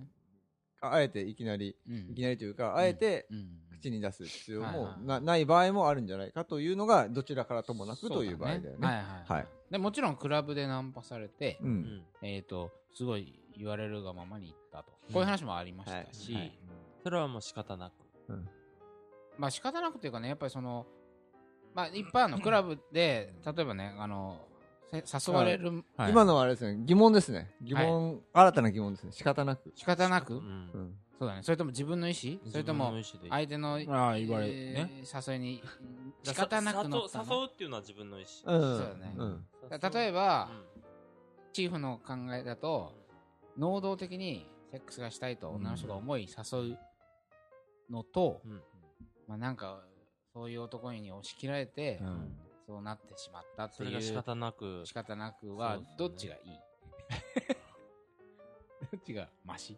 [SPEAKER 2] ああえていきなり
[SPEAKER 1] そうなんだよね、うん、
[SPEAKER 2] いきなりというかあえて
[SPEAKER 1] うんうん
[SPEAKER 2] 口に出す必要も
[SPEAKER 1] はいはい
[SPEAKER 2] なない場合もあるんじゃないかというのがどちらからともなく
[SPEAKER 1] そう
[SPEAKER 2] という場合だよ
[SPEAKER 1] はい
[SPEAKER 2] ね。
[SPEAKER 1] はい、
[SPEAKER 2] はい
[SPEAKER 1] でもちろんクラブでナンパされて、
[SPEAKER 2] う
[SPEAKER 4] うんん
[SPEAKER 1] えっ、とすごい言われるがままに行ったと、
[SPEAKER 4] うん
[SPEAKER 1] こういう話もありましたし、
[SPEAKER 4] はいはいそれはもう仕方なく。
[SPEAKER 1] まあ仕方なくというかねやっぱりそのまあ一般のクラブで例えばねあのせ誘われる、
[SPEAKER 3] はい
[SPEAKER 2] 今のはあれですね疑問ですね疑問、新たな疑問ですね仕方なく、
[SPEAKER 1] 仕方なく、
[SPEAKER 4] うん
[SPEAKER 2] うん
[SPEAKER 1] そうだねそれとも自分の意思それとも
[SPEAKER 4] 自分の意思で
[SPEAKER 1] 相手の
[SPEAKER 3] ああ言われね
[SPEAKER 1] えー誘いに仕方なく乗った
[SPEAKER 4] 誘
[SPEAKER 1] の
[SPEAKER 4] うっていうのは自分の意
[SPEAKER 2] う
[SPEAKER 4] 思。
[SPEAKER 2] ん
[SPEAKER 1] そうだね
[SPEAKER 2] うん
[SPEAKER 1] 例えば、
[SPEAKER 4] うん
[SPEAKER 1] チーフの考えだと能動的にセックスがしたいと女の人が思い誘うのと、
[SPEAKER 4] うん
[SPEAKER 1] まあ、なんかそういう男に押し切られて、
[SPEAKER 3] うん
[SPEAKER 1] そうなってしまったって
[SPEAKER 4] そ
[SPEAKER 1] い
[SPEAKER 4] れ
[SPEAKER 1] う
[SPEAKER 4] が仕方なく
[SPEAKER 1] 仕。方なくは
[SPEAKER 4] そうですね
[SPEAKER 1] どっちがい
[SPEAKER 4] [laughs]
[SPEAKER 1] いどっちがマシ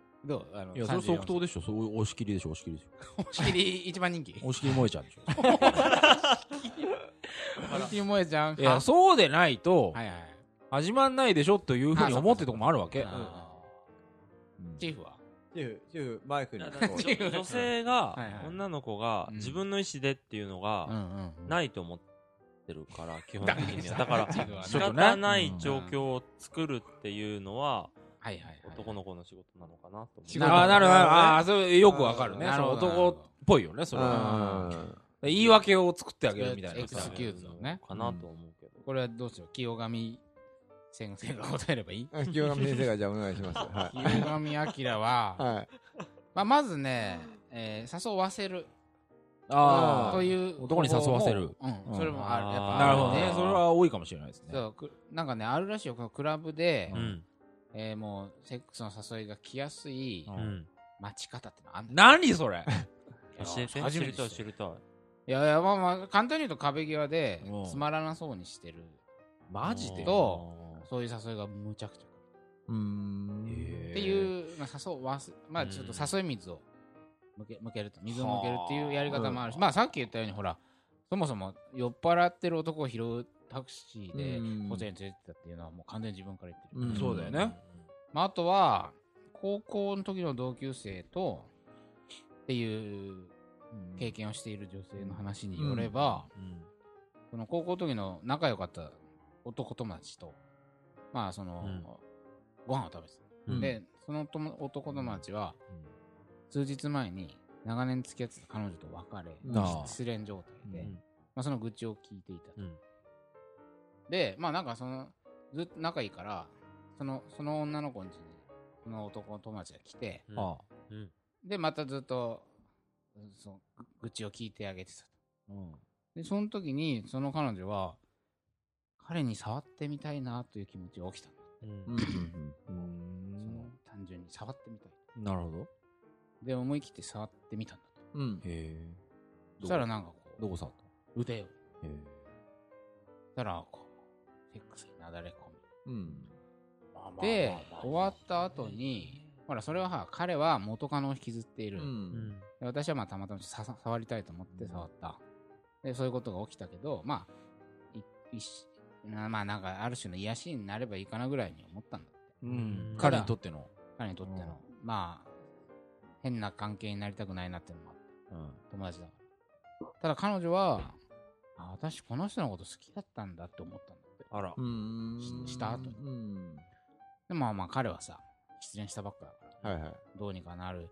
[SPEAKER 1] [laughs] どうあの
[SPEAKER 3] いや、それ即答
[SPEAKER 1] で
[SPEAKER 3] でしょ。そう押し切りでしょ、押し切りでしょ。
[SPEAKER 1] 押し切り一番人気
[SPEAKER 3] [laughs] 押し切り萌えちゃんでしょ。
[SPEAKER 1] [laughs] 押し切り萌えちゃん
[SPEAKER 3] いや、そうでないと、
[SPEAKER 1] はいはいはい
[SPEAKER 3] 始まんないでしょというふうに思ってるとこもあるわけ。
[SPEAKER 1] あーチーフは
[SPEAKER 2] チーフチーフマイクに
[SPEAKER 4] だ
[SPEAKER 2] こ
[SPEAKER 1] [laughs]
[SPEAKER 4] から
[SPEAKER 2] う
[SPEAKER 4] 女女性が
[SPEAKER 1] はいはい
[SPEAKER 4] 女の子が
[SPEAKER 1] うん
[SPEAKER 4] 自分の意思でっていうの
[SPEAKER 1] うん
[SPEAKER 4] が
[SPEAKER 1] うんうん
[SPEAKER 4] ないと思ってるから基本
[SPEAKER 1] ダ
[SPEAKER 4] 的
[SPEAKER 1] メで
[SPEAKER 4] に
[SPEAKER 1] した
[SPEAKER 4] はだか
[SPEAKER 1] チーフは
[SPEAKER 4] ら
[SPEAKER 1] ね
[SPEAKER 4] 仕方ない状況を作るっていうのは
[SPEAKER 1] はいはいはい
[SPEAKER 4] 男の子の仕事なのかなと
[SPEAKER 2] 仕
[SPEAKER 4] 思
[SPEAKER 2] 事
[SPEAKER 4] う
[SPEAKER 3] ああ、なるほど。ああ、それよくわかるね。
[SPEAKER 1] な
[SPEAKER 3] そ
[SPEAKER 1] る
[SPEAKER 3] の
[SPEAKER 1] ほど
[SPEAKER 3] 男っぽいよね、それは。
[SPEAKER 2] あ
[SPEAKER 3] 言い訳を作ってあげるみたい
[SPEAKER 1] エ
[SPEAKER 3] な
[SPEAKER 1] クス
[SPEAKER 3] さ。
[SPEAKER 1] キューズのね
[SPEAKER 4] かなと思うけど
[SPEAKER 1] これはどうしよう清上先生が答えれば
[SPEAKER 3] [laughs]
[SPEAKER 1] いい
[SPEAKER 2] ー清上先生がじゃあお願
[SPEAKER 1] [laughs]
[SPEAKER 2] いしますは、、
[SPEAKER 1] 清上明
[SPEAKER 3] [laughs]
[SPEAKER 1] はい
[SPEAKER 2] はい、
[SPEAKER 1] まあ、まずね、えー誘わせる
[SPEAKER 3] あ
[SPEAKER 1] という
[SPEAKER 3] 男に誘わせる
[SPEAKER 1] 方法もう
[SPEAKER 3] うん
[SPEAKER 1] ん、それもあるやっ
[SPEAKER 3] あ。
[SPEAKER 1] ぱ
[SPEAKER 3] なるほど
[SPEAKER 1] あ
[SPEAKER 3] ね。
[SPEAKER 1] の
[SPEAKER 3] それは多いかもしれないですね。
[SPEAKER 1] そうくなんかねあるらしいよこのクラブで、
[SPEAKER 4] うん
[SPEAKER 1] えーもうセックスの誘いが来やすい
[SPEAKER 3] うん
[SPEAKER 4] うん
[SPEAKER 1] 待ち方ってのあんねん
[SPEAKER 3] 何それ
[SPEAKER 4] 教えて
[SPEAKER 1] 初
[SPEAKER 4] 知
[SPEAKER 1] め
[SPEAKER 4] り
[SPEAKER 1] て知
[SPEAKER 4] た
[SPEAKER 1] る
[SPEAKER 4] い知りたい
[SPEAKER 1] いやいやまあまあ簡単に言うと壁際で
[SPEAKER 3] うん
[SPEAKER 1] つまらなそうにしてる
[SPEAKER 3] マジで
[SPEAKER 1] とそういう誘いがむちゃくちゃ
[SPEAKER 2] うーん
[SPEAKER 1] って
[SPEAKER 3] う。
[SPEAKER 1] いう、まあ、誘うわすまあ
[SPEAKER 4] うん
[SPEAKER 1] ちょっと誘い水を向け向けると水を向けるっていうやり方もあるし、まあさっき言ったようにほらそもそも酔っ払ってる男を拾うタクシー
[SPEAKER 2] うん
[SPEAKER 1] でホテルに連れてったっていうのはもう完全に自分から言ってる、
[SPEAKER 2] うん
[SPEAKER 3] そうだよね。
[SPEAKER 1] まあ、あとは高校の時の同級生とっていう経験をしている女性の話によれば、
[SPEAKER 4] うん
[SPEAKER 1] その高校の時の仲良かった男友達とまあその、
[SPEAKER 4] うん
[SPEAKER 1] ご飯を食べてた
[SPEAKER 4] うん
[SPEAKER 1] で、その友男友達は、数日前に長年付き合ってた彼女と別れ、
[SPEAKER 2] な
[SPEAKER 3] あ
[SPEAKER 1] 失恋状態で、
[SPEAKER 4] うん
[SPEAKER 1] まあ、その愚痴を聞いていたと。
[SPEAKER 4] うん
[SPEAKER 1] で、まあなんかその、ずっと仲いいから、その、その女の子んちに、その男の友達が来て、
[SPEAKER 4] うん
[SPEAKER 3] あ
[SPEAKER 4] うん
[SPEAKER 1] で、またずっと、うんそのぐ愚痴を聞いてあげてたと。で、その時に、その彼女は、彼に触ってみたいなという気持ちが起きたの。
[SPEAKER 4] うん
[SPEAKER 2] うん
[SPEAKER 1] その単純に触ってみたい。
[SPEAKER 3] なるほど。
[SPEAKER 1] で、思い切って触ってみたんだと。
[SPEAKER 2] うん
[SPEAKER 3] へえ。
[SPEAKER 1] そしたらなんかこう、
[SPEAKER 3] どこ触っ
[SPEAKER 1] 腕を。した
[SPEAKER 3] たのへ
[SPEAKER 1] らこうセックスになだれ込
[SPEAKER 2] うん
[SPEAKER 1] みで終わった後にほらそれはは彼は元カノを引きずっている、
[SPEAKER 4] う
[SPEAKER 2] うん
[SPEAKER 4] ん
[SPEAKER 1] で私はまあたまたまさ触りたいと思って触った、でそういうことが起きたけどまあいいしなまあなんかある種の癒しになればいいかなぐらいに思ったんだって
[SPEAKER 3] うん
[SPEAKER 4] ただ
[SPEAKER 3] 彼にとっての。
[SPEAKER 1] 彼にとっての、まあ変な関係になりたくないなっていうのもあって
[SPEAKER 3] うん
[SPEAKER 1] 友達だからただ彼女はあ私この人のこと好きだったんだって思ったんだって
[SPEAKER 4] あら
[SPEAKER 2] うん
[SPEAKER 1] しした後に
[SPEAKER 2] うん
[SPEAKER 1] でもまあまあ彼はさ失恋したばっかだから
[SPEAKER 2] はいはい
[SPEAKER 1] どうにかなる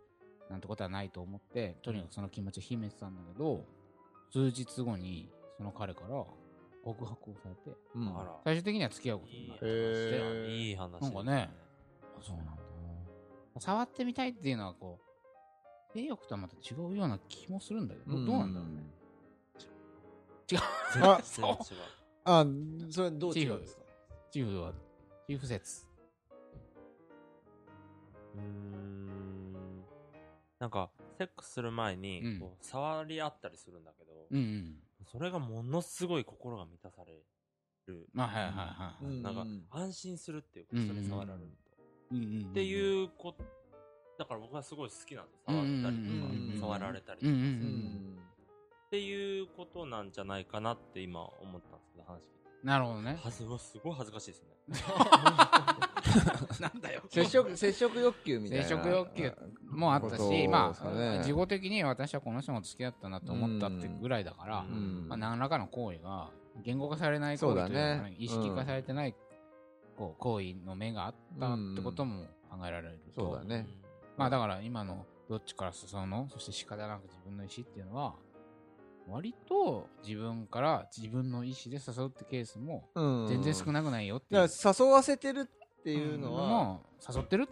[SPEAKER 1] なんてことはないと思ってとにかくその気持ちを秘めてたんだけど数日後にその彼から告白をされて
[SPEAKER 2] うん
[SPEAKER 4] あら
[SPEAKER 1] 最終的には付き合うことになっ
[SPEAKER 2] へ
[SPEAKER 1] て
[SPEAKER 2] ー
[SPEAKER 4] いい話
[SPEAKER 1] なんかね
[SPEAKER 3] そうなんだ。
[SPEAKER 1] 触ってみたいっていうのはこう性欲とはまた違うような気もするんだけど、どうなんだろうね
[SPEAKER 2] あ
[SPEAKER 4] 全然違う
[SPEAKER 2] あそれどう
[SPEAKER 1] チ
[SPEAKER 2] 違
[SPEAKER 1] ー
[SPEAKER 2] うん
[SPEAKER 1] フ
[SPEAKER 2] ですか
[SPEAKER 1] チーフはチーフ説
[SPEAKER 4] うーんなんかセックスする前
[SPEAKER 1] う
[SPEAKER 4] に
[SPEAKER 1] ん
[SPEAKER 4] こう触り合ったりするんだけど、
[SPEAKER 1] うんうん
[SPEAKER 4] それがものすごい心が満たされる、
[SPEAKER 1] まあはいはいはいはい、
[SPEAKER 2] うん
[SPEAKER 4] なんか安心するっていうか人に触られると、
[SPEAKER 1] うんうんうん
[SPEAKER 4] っていうこだから僕はすごい好きなんです触った
[SPEAKER 1] う
[SPEAKER 4] り
[SPEAKER 1] ん
[SPEAKER 2] うんうんうん
[SPEAKER 4] とか触られたりと
[SPEAKER 1] う
[SPEAKER 4] か
[SPEAKER 1] ん
[SPEAKER 4] す
[SPEAKER 1] うんう
[SPEAKER 4] る
[SPEAKER 2] うんん
[SPEAKER 4] っていうことなんじゃないかなって今思ったんですけど話聞いて
[SPEAKER 1] なるほど
[SPEAKER 4] [laughs]
[SPEAKER 1] ね。
[SPEAKER 4] はずはすごい恥ずかしいですね。
[SPEAKER 3] なんだよ。
[SPEAKER 2] 接触、接触欲求みたいな。
[SPEAKER 1] 接触欲求もあった
[SPEAKER 2] ことです
[SPEAKER 1] し、
[SPEAKER 2] か
[SPEAKER 1] ま
[SPEAKER 2] ね
[SPEAKER 1] あ、事後的に私はこの人も付き合ったなと思ったってぐらいだから、
[SPEAKER 4] う
[SPEAKER 2] うん
[SPEAKER 1] まあ、何らかの行為が言語化されない行
[SPEAKER 2] そう
[SPEAKER 1] 為
[SPEAKER 2] だ
[SPEAKER 1] というか、
[SPEAKER 2] ね
[SPEAKER 1] 意識化されてない、こう行為の目があったってことも考えられると、
[SPEAKER 2] そうだね。
[SPEAKER 1] まあだから今のどっちから裾野のそして仕方なく自分の意思っていうのは割と自分から自分の意思で誘うってケースも
[SPEAKER 2] うん
[SPEAKER 1] 全然少なくないよっていう
[SPEAKER 2] だから誘わせてるっていうのは、
[SPEAKER 1] のを誘ってる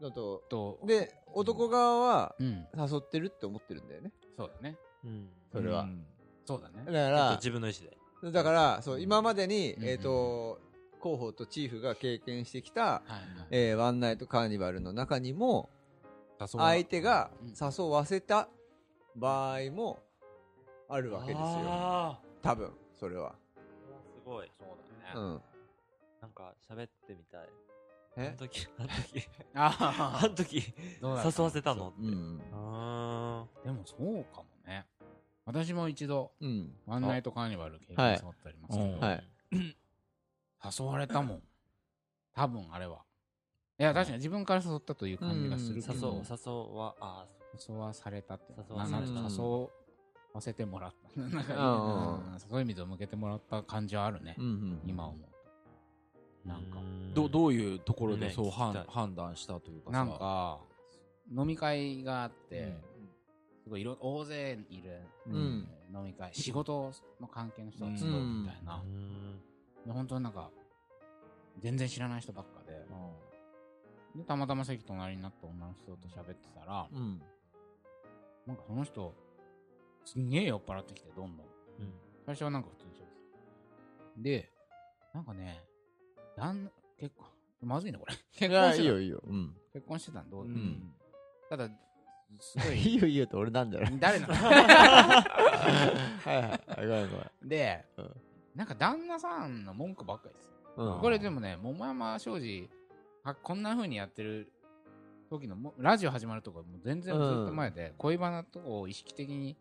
[SPEAKER 2] だと、
[SPEAKER 1] と
[SPEAKER 2] で、男側は
[SPEAKER 1] うん
[SPEAKER 2] 誘ってるって思ってるんだよね。
[SPEAKER 1] そうだね
[SPEAKER 4] うん。
[SPEAKER 2] それは
[SPEAKER 1] うんそうだ
[SPEAKER 2] だ
[SPEAKER 1] ね
[SPEAKER 2] から、
[SPEAKER 4] 自分の意思で。
[SPEAKER 2] だから、そう、今までに、
[SPEAKER 1] うん
[SPEAKER 2] えっ、と、広報とチーフが経験してきた、
[SPEAKER 1] はいはい
[SPEAKER 2] えーワンナイトカーニバルの中にも、
[SPEAKER 1] 誘わ
[SPEAKER 2] 相手が
[SPEAKER 1] うん
[SPEAKER 2] 誘わせた場合もあるわけですよ。
[SPEAKER 4] あ
[SPEAKER 2] 多分、それは。
[SPEAKER 4] ーすごい。
[SPEAKER 1] そう
[SPEAKER 2] う
[SPEAKER 1] だね
[SPEAKER 2] ん。
[SPEAKER 4] なんか喋ってみたい。あの
[SPEAKER 2] え
[SPEAKER 4] [laughs] 時、あの時、
[SPEAKER 1] あ
[SPEAKER 4] あの時、
[SPEAKER 1] ーどうだった
[SPEAKER 4] 誘わせたのって。
[SPEAKER 2] うん。
[SPEAKER 4] あ
[SPEAKER 1] でもそうかもね私も一度
[SPEAKER 2] うん。
[SPEAKER 1] ワンナイトカーニバル経験さってありますけど、
[SPEAKER 4] ー
[SPEAKER 2] はい
[SPEAKER 1] 誘われたもん。多分あれは。いや、確かに自分から誘ったという感じがするけ
[SPEAKER 4] 誘
[SPEAKER 1] ど
[SPEAKER 4] う、、誘うは、あー
[SPEAKER 1] 誘わされたって。
[SPEAKER 4] 誘わ
[SPEAKER 1] な
[SPEAKER 4] さ
[SPEAKER 1] ん
[SPEAKER 4] れ
[SPEAKER 1] か
[SPEAKER 4] た
[SPEAKER 1] 誘わせてもらった。 [laughs] なんかいい
[SPEAKER 2] うんうん
[SPEAKER 1] な、そういう水を向けてもらった感じはあるね
[SPEAKER 2] う。ん。
[SPEAKER 1] 今思うと。なんか、
[SPEAKER 5] どどういうところで
[SPEAKER 4] ね
[SPEAKER 5] そう判,、
[SPEAKER 4] 聞きたい
[SPEAKER 5] 判断したというかさ
[SPEAKER 1] なんか、飲み会があって、すごいいろ大勢いる
[SPEAKER 2] うん
[SPEAKER 1] 飲み会、仕事の関係の人が集うみたいな
[SPEAKER 4] う。ん。
[SPEAKER 1] で本当になんか、全然知らない人ばっかで。で、たまたま席隣になった女の人と喋ってたら、
[SPEAKER 2] うん。
[SPEAKER 1] なんかその人、すんげえ酔っ払ってきて、どんどん。
[SPEAKER 4] うん
[SPEAKER 1] 最初はなんか普通に喋ってた。で、なんかね、旦那、結婚、まずいね、これ。結
[SPEAKER 2] [laughs] いや
[SPEAKER 1] 婚し
[SPEAKER 2] いい
[SPEAKER 1] てた。
[SPEAKER 2] よ、いいよ。うん。
[SPEAKER 1] 結婚してたんどう、
[SPEAKER 2] ん
[SPEAKER 1] ただ、すご
[SPEAKER 2] [laughs] いい
[SPEAKER 1] い、
[SPEAKER 2] よ、いいよって俺なんだよ。
[SPEAKER 1] 誰
[SPEAKER 2] [laughs]
[SPEAKER 1] なの
[SPEAKER 2] はいはい。ごめんごめん。
[SPEAKER 1] で
[SPEAKER 2] うん、
[SPEAKER 1] なんか旦那さんの文句ばっかりです。
[SPEAKER 2] うん
[SPEAKER 1] これでもね、桃山庄司、あこんな風にやってる時のも、ラジオ始まるとこ、もう全然ずっと前で、恋バナとかを意識的に、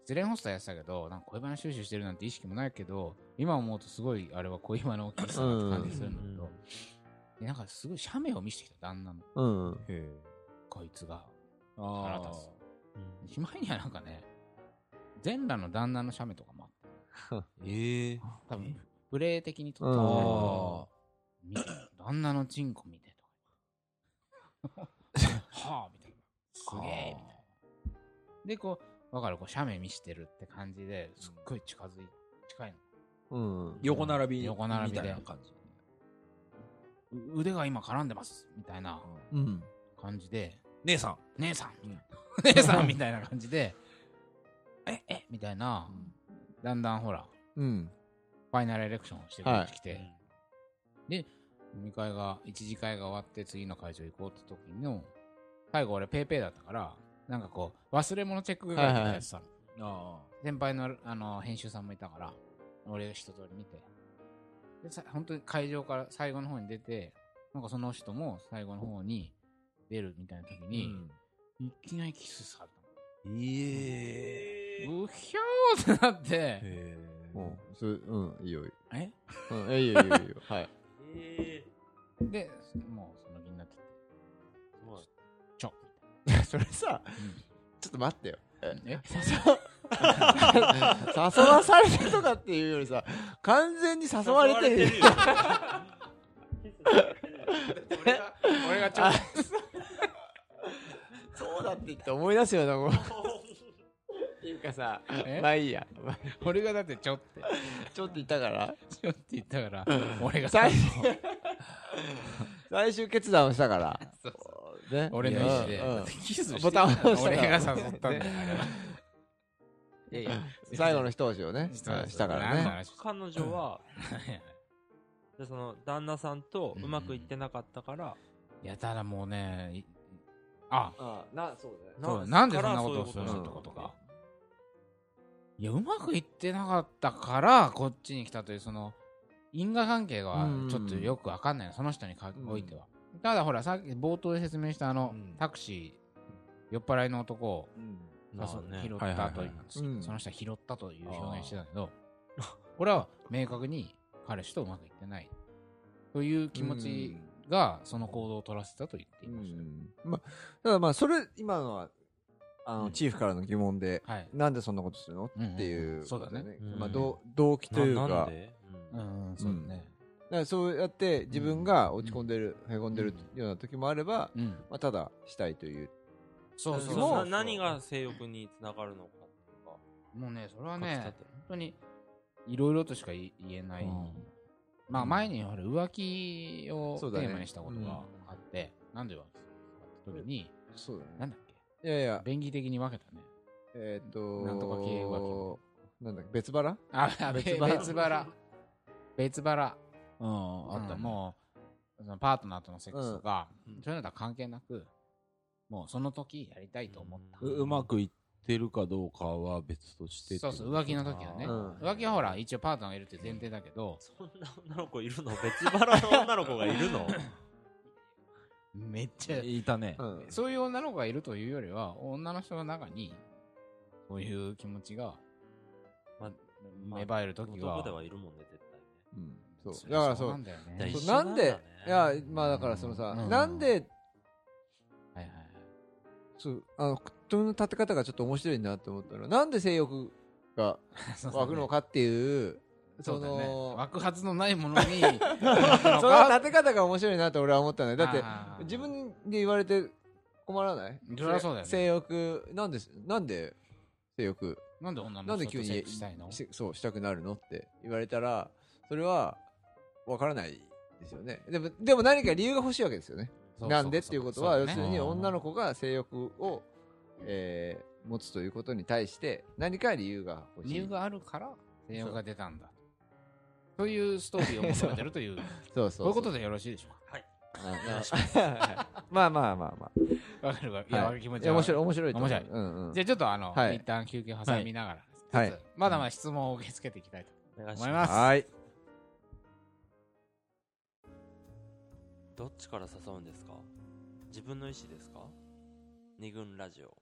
[SPEAKER 1] 失恋ホストやってたけど、なんか恋バナ収集してるなんて意識もないけど、今思うとすごい、あれは恋バナを聞いてたなって感じするんだけど、
[SPEAKER 4] うん
[SPEAKER 1] でなんかすごい写メを見せてきた旦那の、
[SPEAKER 2] うん。
[SPEAKER 5] へえ
[SPEAKER 1] こいつが。
[SPEAKER 5] あ
[SPEAKER 1] 腹立つ
[SPEAKER 4] うん
[SPEAKER 1] しまいにはなんかね、全裸の旦那の写メとかもあって、
[SPEAKER 5] ええ
[SPEAKER 1] 多分、プレイ的に撮ったんだけ
[SPEAKER 5] あ、
[SPEAKER 1] ど見
[SPEAKER 2] [clears throat]
[SPEAKER 1] て旦那のチンコ見て
[SPEAKER 2] [laughs]
[SPEAKER 1] とかはあみたいなすげえみたいなでこうだからこう写メ見してるって感じですっごい近づい近い
[SPEAKER 2] うん。
[SPEAKER 5] 横並び
[SPEAKER 1] 横並びで
[SPEAKER 5] みたいな感じ
[SPEAKER 1] のう腕が今絡んでますみたいな
[SPEAKER 2] うん。
[SPEAKER 1] 感じで
[SPEAKER 5] 姉さん
[SPEAKER 1] 姉さんみたいな [laughs] 姉さんみたいな感じでええみたいなだんだんほら
[SPEAKER 2] うん。
[SPEAKER 1] ファイナルエレクションをしてく
[SPEAKER 2] はい
[SPEAKER 1] てきて、飲み会が、一次会が終わって次の会場行こうって時の、最後俺ペイペイだったから、なんかこう、忘れ物チェックぐらいやってたの。
[SPEAKER 5] あ
[SPEAKER 1] 先輩のあの編集さんもいたから、俺一通り見て。で、さ本当に会場から最後の方に出て、なんかその人も最後の方に出るみたいな時
[SPEAKER 5] あ
[SPEAKER 1] に、いきなりキスされ
[SPEAKER 5] ええ
[SPEAKER 1] たの。うひょーってなって、
[SPEAKER 5] へ
[SPEAKER 2] う
[SPEAKER 5] え
[SPEAKER 2] ん。それうん、いいよ、いいよ。
[SPEAKER 1] え
[SPEAKER 2] うん、えいいよ、いいよ、いいよ。 [laughs] はい。
[SPEAKER 4] え
[SPEAKER 1] で、もうその気になって、
[SPEAKER 4] ーすごい
[SPEAKER 1] ちょ、
[SPEAKER 2] それさ、ちょっと待ってよ。
[SPEAKER 1] うんえ
[SPEAKER 2] 誘わされたとかっていうよりさ、完全に誘われてるよ。
[SPEAKER 4] 誘 [laughs] われてるよ [laughs]
[SPEAKER 3] 俺が、俺がちょっと。
[SPEAKER 2] そうだって言って思い出すよ [laughs] な、こう。っていうかさ、
[SPEAKER 1] え
[SPEAKER 2] まあいいや。まあ
[SPEAKER 1] 俺がだってちょって。
[SPEAKER 2] ちょっと言ったから、
[SPEAKER 1] しようって言ったから、俺が
[SPEAKER 2] 最終、最終決断をしたから。
[SPEAKER 1] そう
[SPEAKER 2] ね
[SPEAKER 1] 俺の意思で
[SPEAKER 2] うんうん
[SPEAKER 1] キスして
[SPEAKER 2] ボタンを押した
[SPEAKER 1] 俺
[SPEAKER 2] から
[SPEAKER 1] が誘ったんだよ。
[SPEAKER 2] いやいや最後の一押しをね、うんしたから
[SPEAKER 1] 何の
[SPEAKER 2] ね。
[SPEAKER 1] 話
[SPEAKER 4] 彼女は、でその旦那さんとうまくいってなかったから、
[SPEAKER 1] いや、ただもうね、いあ、
[SPEAKER 2] あな、そうだね。
[SPEAKER 1] そうだなんでそんなこと
[SPEAKER 4] から
[SPEAKER 1] をする
[SPEAKER 2] そういう
[SPEAKER 1] の
[SPEAKER 2] こ
[SPEAKER 1] って
[SPEAKER 2] と
[SPEAKER 1] ことか。いや、うまくいってなかったから、こっちに来たという、その、因果関係が
[SPEAKER 2] うん
[SPEAKER 1] ちょっとよくわかんないの、その人にか
[SPEAKER 2] うん
[SPEAKER 1] おいては。ただほら、さっき冒頭で説明したあの
[SPEAKER 2] うん、
[SPEAKER 1] タクシー、酔っ払いの男を
[SPEAKER 4] まあ
[SPEAKER 1] そう
[SPEAKER 4] ね
[SPEAKER 1] 拾っ
[SPEAKER 5] はいはい
[SPEAKER 1] た
[SPEAKER 5] はい
[SPEAKER 1] という、
[SPEAKER 2] うん
[SPEAKER 1] その人は拾ったという表現してたけど、これは明確に彼氏とうまくいってないという気持ちがその行動を取らせたと言っていました、
[SPEAKER 2] まあ、ただまあ、それ、今のは、あ
[SPEAKER 1] う
[SPEAKER 2] の、
[SPEAKER 1] ん
[SPEAKER 2] チーフからの疑問で、
[SPEAKER 1] はい、
[SPEAKER 2] なんでそんなことするの
[SPEAKER 1] うんうんうん
[SPEAKER 2] っていう、
[SPEAKER 1] そうだね
[SPEAKER 4] うん
[SPEAKER 2] まあ、どう動機というか、
[SPEAKER 4] ななん
[SPEAKER 2] だか
[SPEAKER 4] で
[SPEAKER 1] う
[SPEAKER 4] うん
[SPEAKER 1] んうんそうだね
[SPEAKER 2] らそうやって自分が落ち込んでる、へこんでるような時もあれば、
[SPEAKER 1] うん、
[SPEAKER 2] まあ、ただしたいという。
[SPEAKER 1] そう
[SPEAKER 4] そ
[SPEAKER 1] そうう
[SPEAKER 4] そう
[SPEAKER 1] も
[SPEAKER 4] な何が性欲につながるのかとか
[SPEAKER 1] うもうねそれは
[SPEAKER 4] 書き
[SPEAKER 1] ね
[SPEAKER 4] 立てる
[SPEAKER 1] 本当にいろいろとしか言えない、
[SPEAKER 5] うん
[SPEAKER 1] まあ前にほら浮気をテ
[SPEAKER 2] そうだね
[SPEAKER 1] ーマにしたことがあって、なんで浮気するのかって時に
[SPEAKER 2] そう
[SPEAKER 1] なんだっけ
[SPEAKER 2] いやいや、
[SPEAKER 1] 便宜的に分けたね
[SPEAKER 2] えーっと、
[SPEAKER 1] なんとか経営浮
[SPEAKER 2] なんだっけ、別腹
[SPEAKER 1] あ別
[SPEAKER 2] 別
[SPEAKER 1] 腹
[SPEAKER 2] 腹
[SPEAKER 1] [laughs] 別腹別腹
[SPEAKER 5] うん
[SPEAKER 1] あ
[SPEAKER 5] あっ
[SPEAKER 1] ったた
[SPEAKER 5] も
[SPEAKER 1] もうそのパートナーとのセックスとか、
[SPEAKER 4] うん
[SPEAKER 1] そういうのとは関係なくもうその時やりたいと思った、
[SPEAKER 5] ううまくいってるかどうかは別として
[SPEAKER 1] そうそう浮気の時はね、
[SPEAKER 2] うん
[SPEAKER 1] 浮気はほら一応パートナーがいるって前提だけど、
[SPEAKER 4] そんな女の子いるの別腹の女の子がいるの
[SPEAKER 1] めっちゃ
[SPEAKER 5] いたね
[SPEAKER 2] うん。
[SPEAKER 1] そういう女の子がいるというよりは女の人の中にそういう気持ちが
[SPEAKER 4] まあ
[SPEAKER 1] 芽生える [laughs] 時が、
[SPEAKER 4] 男ではいるもんね絶対ね
[SPEAKER 2] うんそう。だからそう
[SPEAKER 1] な、んだよね
[SPEAKER 4] だ
[SPEAKER 1] はい
[SPEAKER 4] 一緒
[SPEAKER 2] そうなんで、いや
[SPEAKER 4] なんだね、
[SPEAKER 2] まあだからそのさ、
[SPEAKER 1] うん
[SPEAKER 2] なんで、
[SPEAKER 1] はいはい
[SPEAKER 2] そう、あの、口の立て方がちょっと面白いなって思ったのは、なんで性欲が
[SPEAKER 1] [laughs] そうだね
[SPEAKER 2] 湧くのかっていう、
[SPEAKER 1] そうだね
[SPEAKER 2] の、
[SPEAKER 1] 爆発のないもの
[SPEAKER 2] [laughs]
[SPEAKER 1] にその
[SPEAKER 2] その立て方が面白いなって俺は思ったね。だって、
[SPEAKER 1] あー
[SPEAKER 2] 自分で言われて困らない
[SPEAKER 1] そりゃそうだよね
[SPEAKER 2] 性欲、なんで、なんで性欲、
[SPEAKER 1] なんで女の人
[SPEAKER 2] なんで
[SPEAKER 1] と
[SPEAKER 2] 急に
[SPEAKER 1] セックスしたいの
[SPEAKER 2] しそう、したくなるのって言われたら、それは、わからないですよね。でも、でも何か理由が欲しいわけですよね。
[SPEAKER 1] そう
[SPEAKER 2] なんでっていうことは、
[SPEAKER 1] そう
[SPEAKER 2] 要
[SPEAKER 1] だ
[SPEAKER 2] す
[SPEAKER 1] ね
[SPEAKER 2] るに
[SPEAKER 5] うん
[SPEAKER 2] 女の子が性欲を、えー持つということに対して、何か理由が欲しい。
[SPEAKER 1] 理由があるから性欲が出たんだというストーリーを求めてるという
[SPEAKER 2] [laughs] そうそう
[SPEAKER 1] そういうことでよろしいでしょ [laughs]
[SPEAKER 2] と [laughs] まあまあまあま
[SPEAKER 1] うかわかるわい
[SPEAKER 2] あ。
[SPEAKER 1] や
[SPEAKER 2] は
[SPEAKER 1] 気持ち
[SPEAKER 2] いや
[SPEAKER 1] は
[SPEAKER 2] 面白い、面白いと思う。
[SPEAKER 1] 面白
[SPEAKER 2] うんうん
[SPEAKER 1] じゃあちょっとあの、
[SPEAKER 2] はい
[SPEAKER 1] 一旦休憩挟みながらですね、
[SPEAKER 2] はい
[SPEAKER 1] ちょっとまだまだ質問を受け付けていきたいと
[SPEAKER 4] お願いし
[SPEAKER 1] 思い
[SPEAKER 4] ま
[SPEAKER 1] ます。
[SPEAKER 2] はい。
[SPEAKER 4] すどっちから誘うんですか自分の意思ですか二軍ラジオ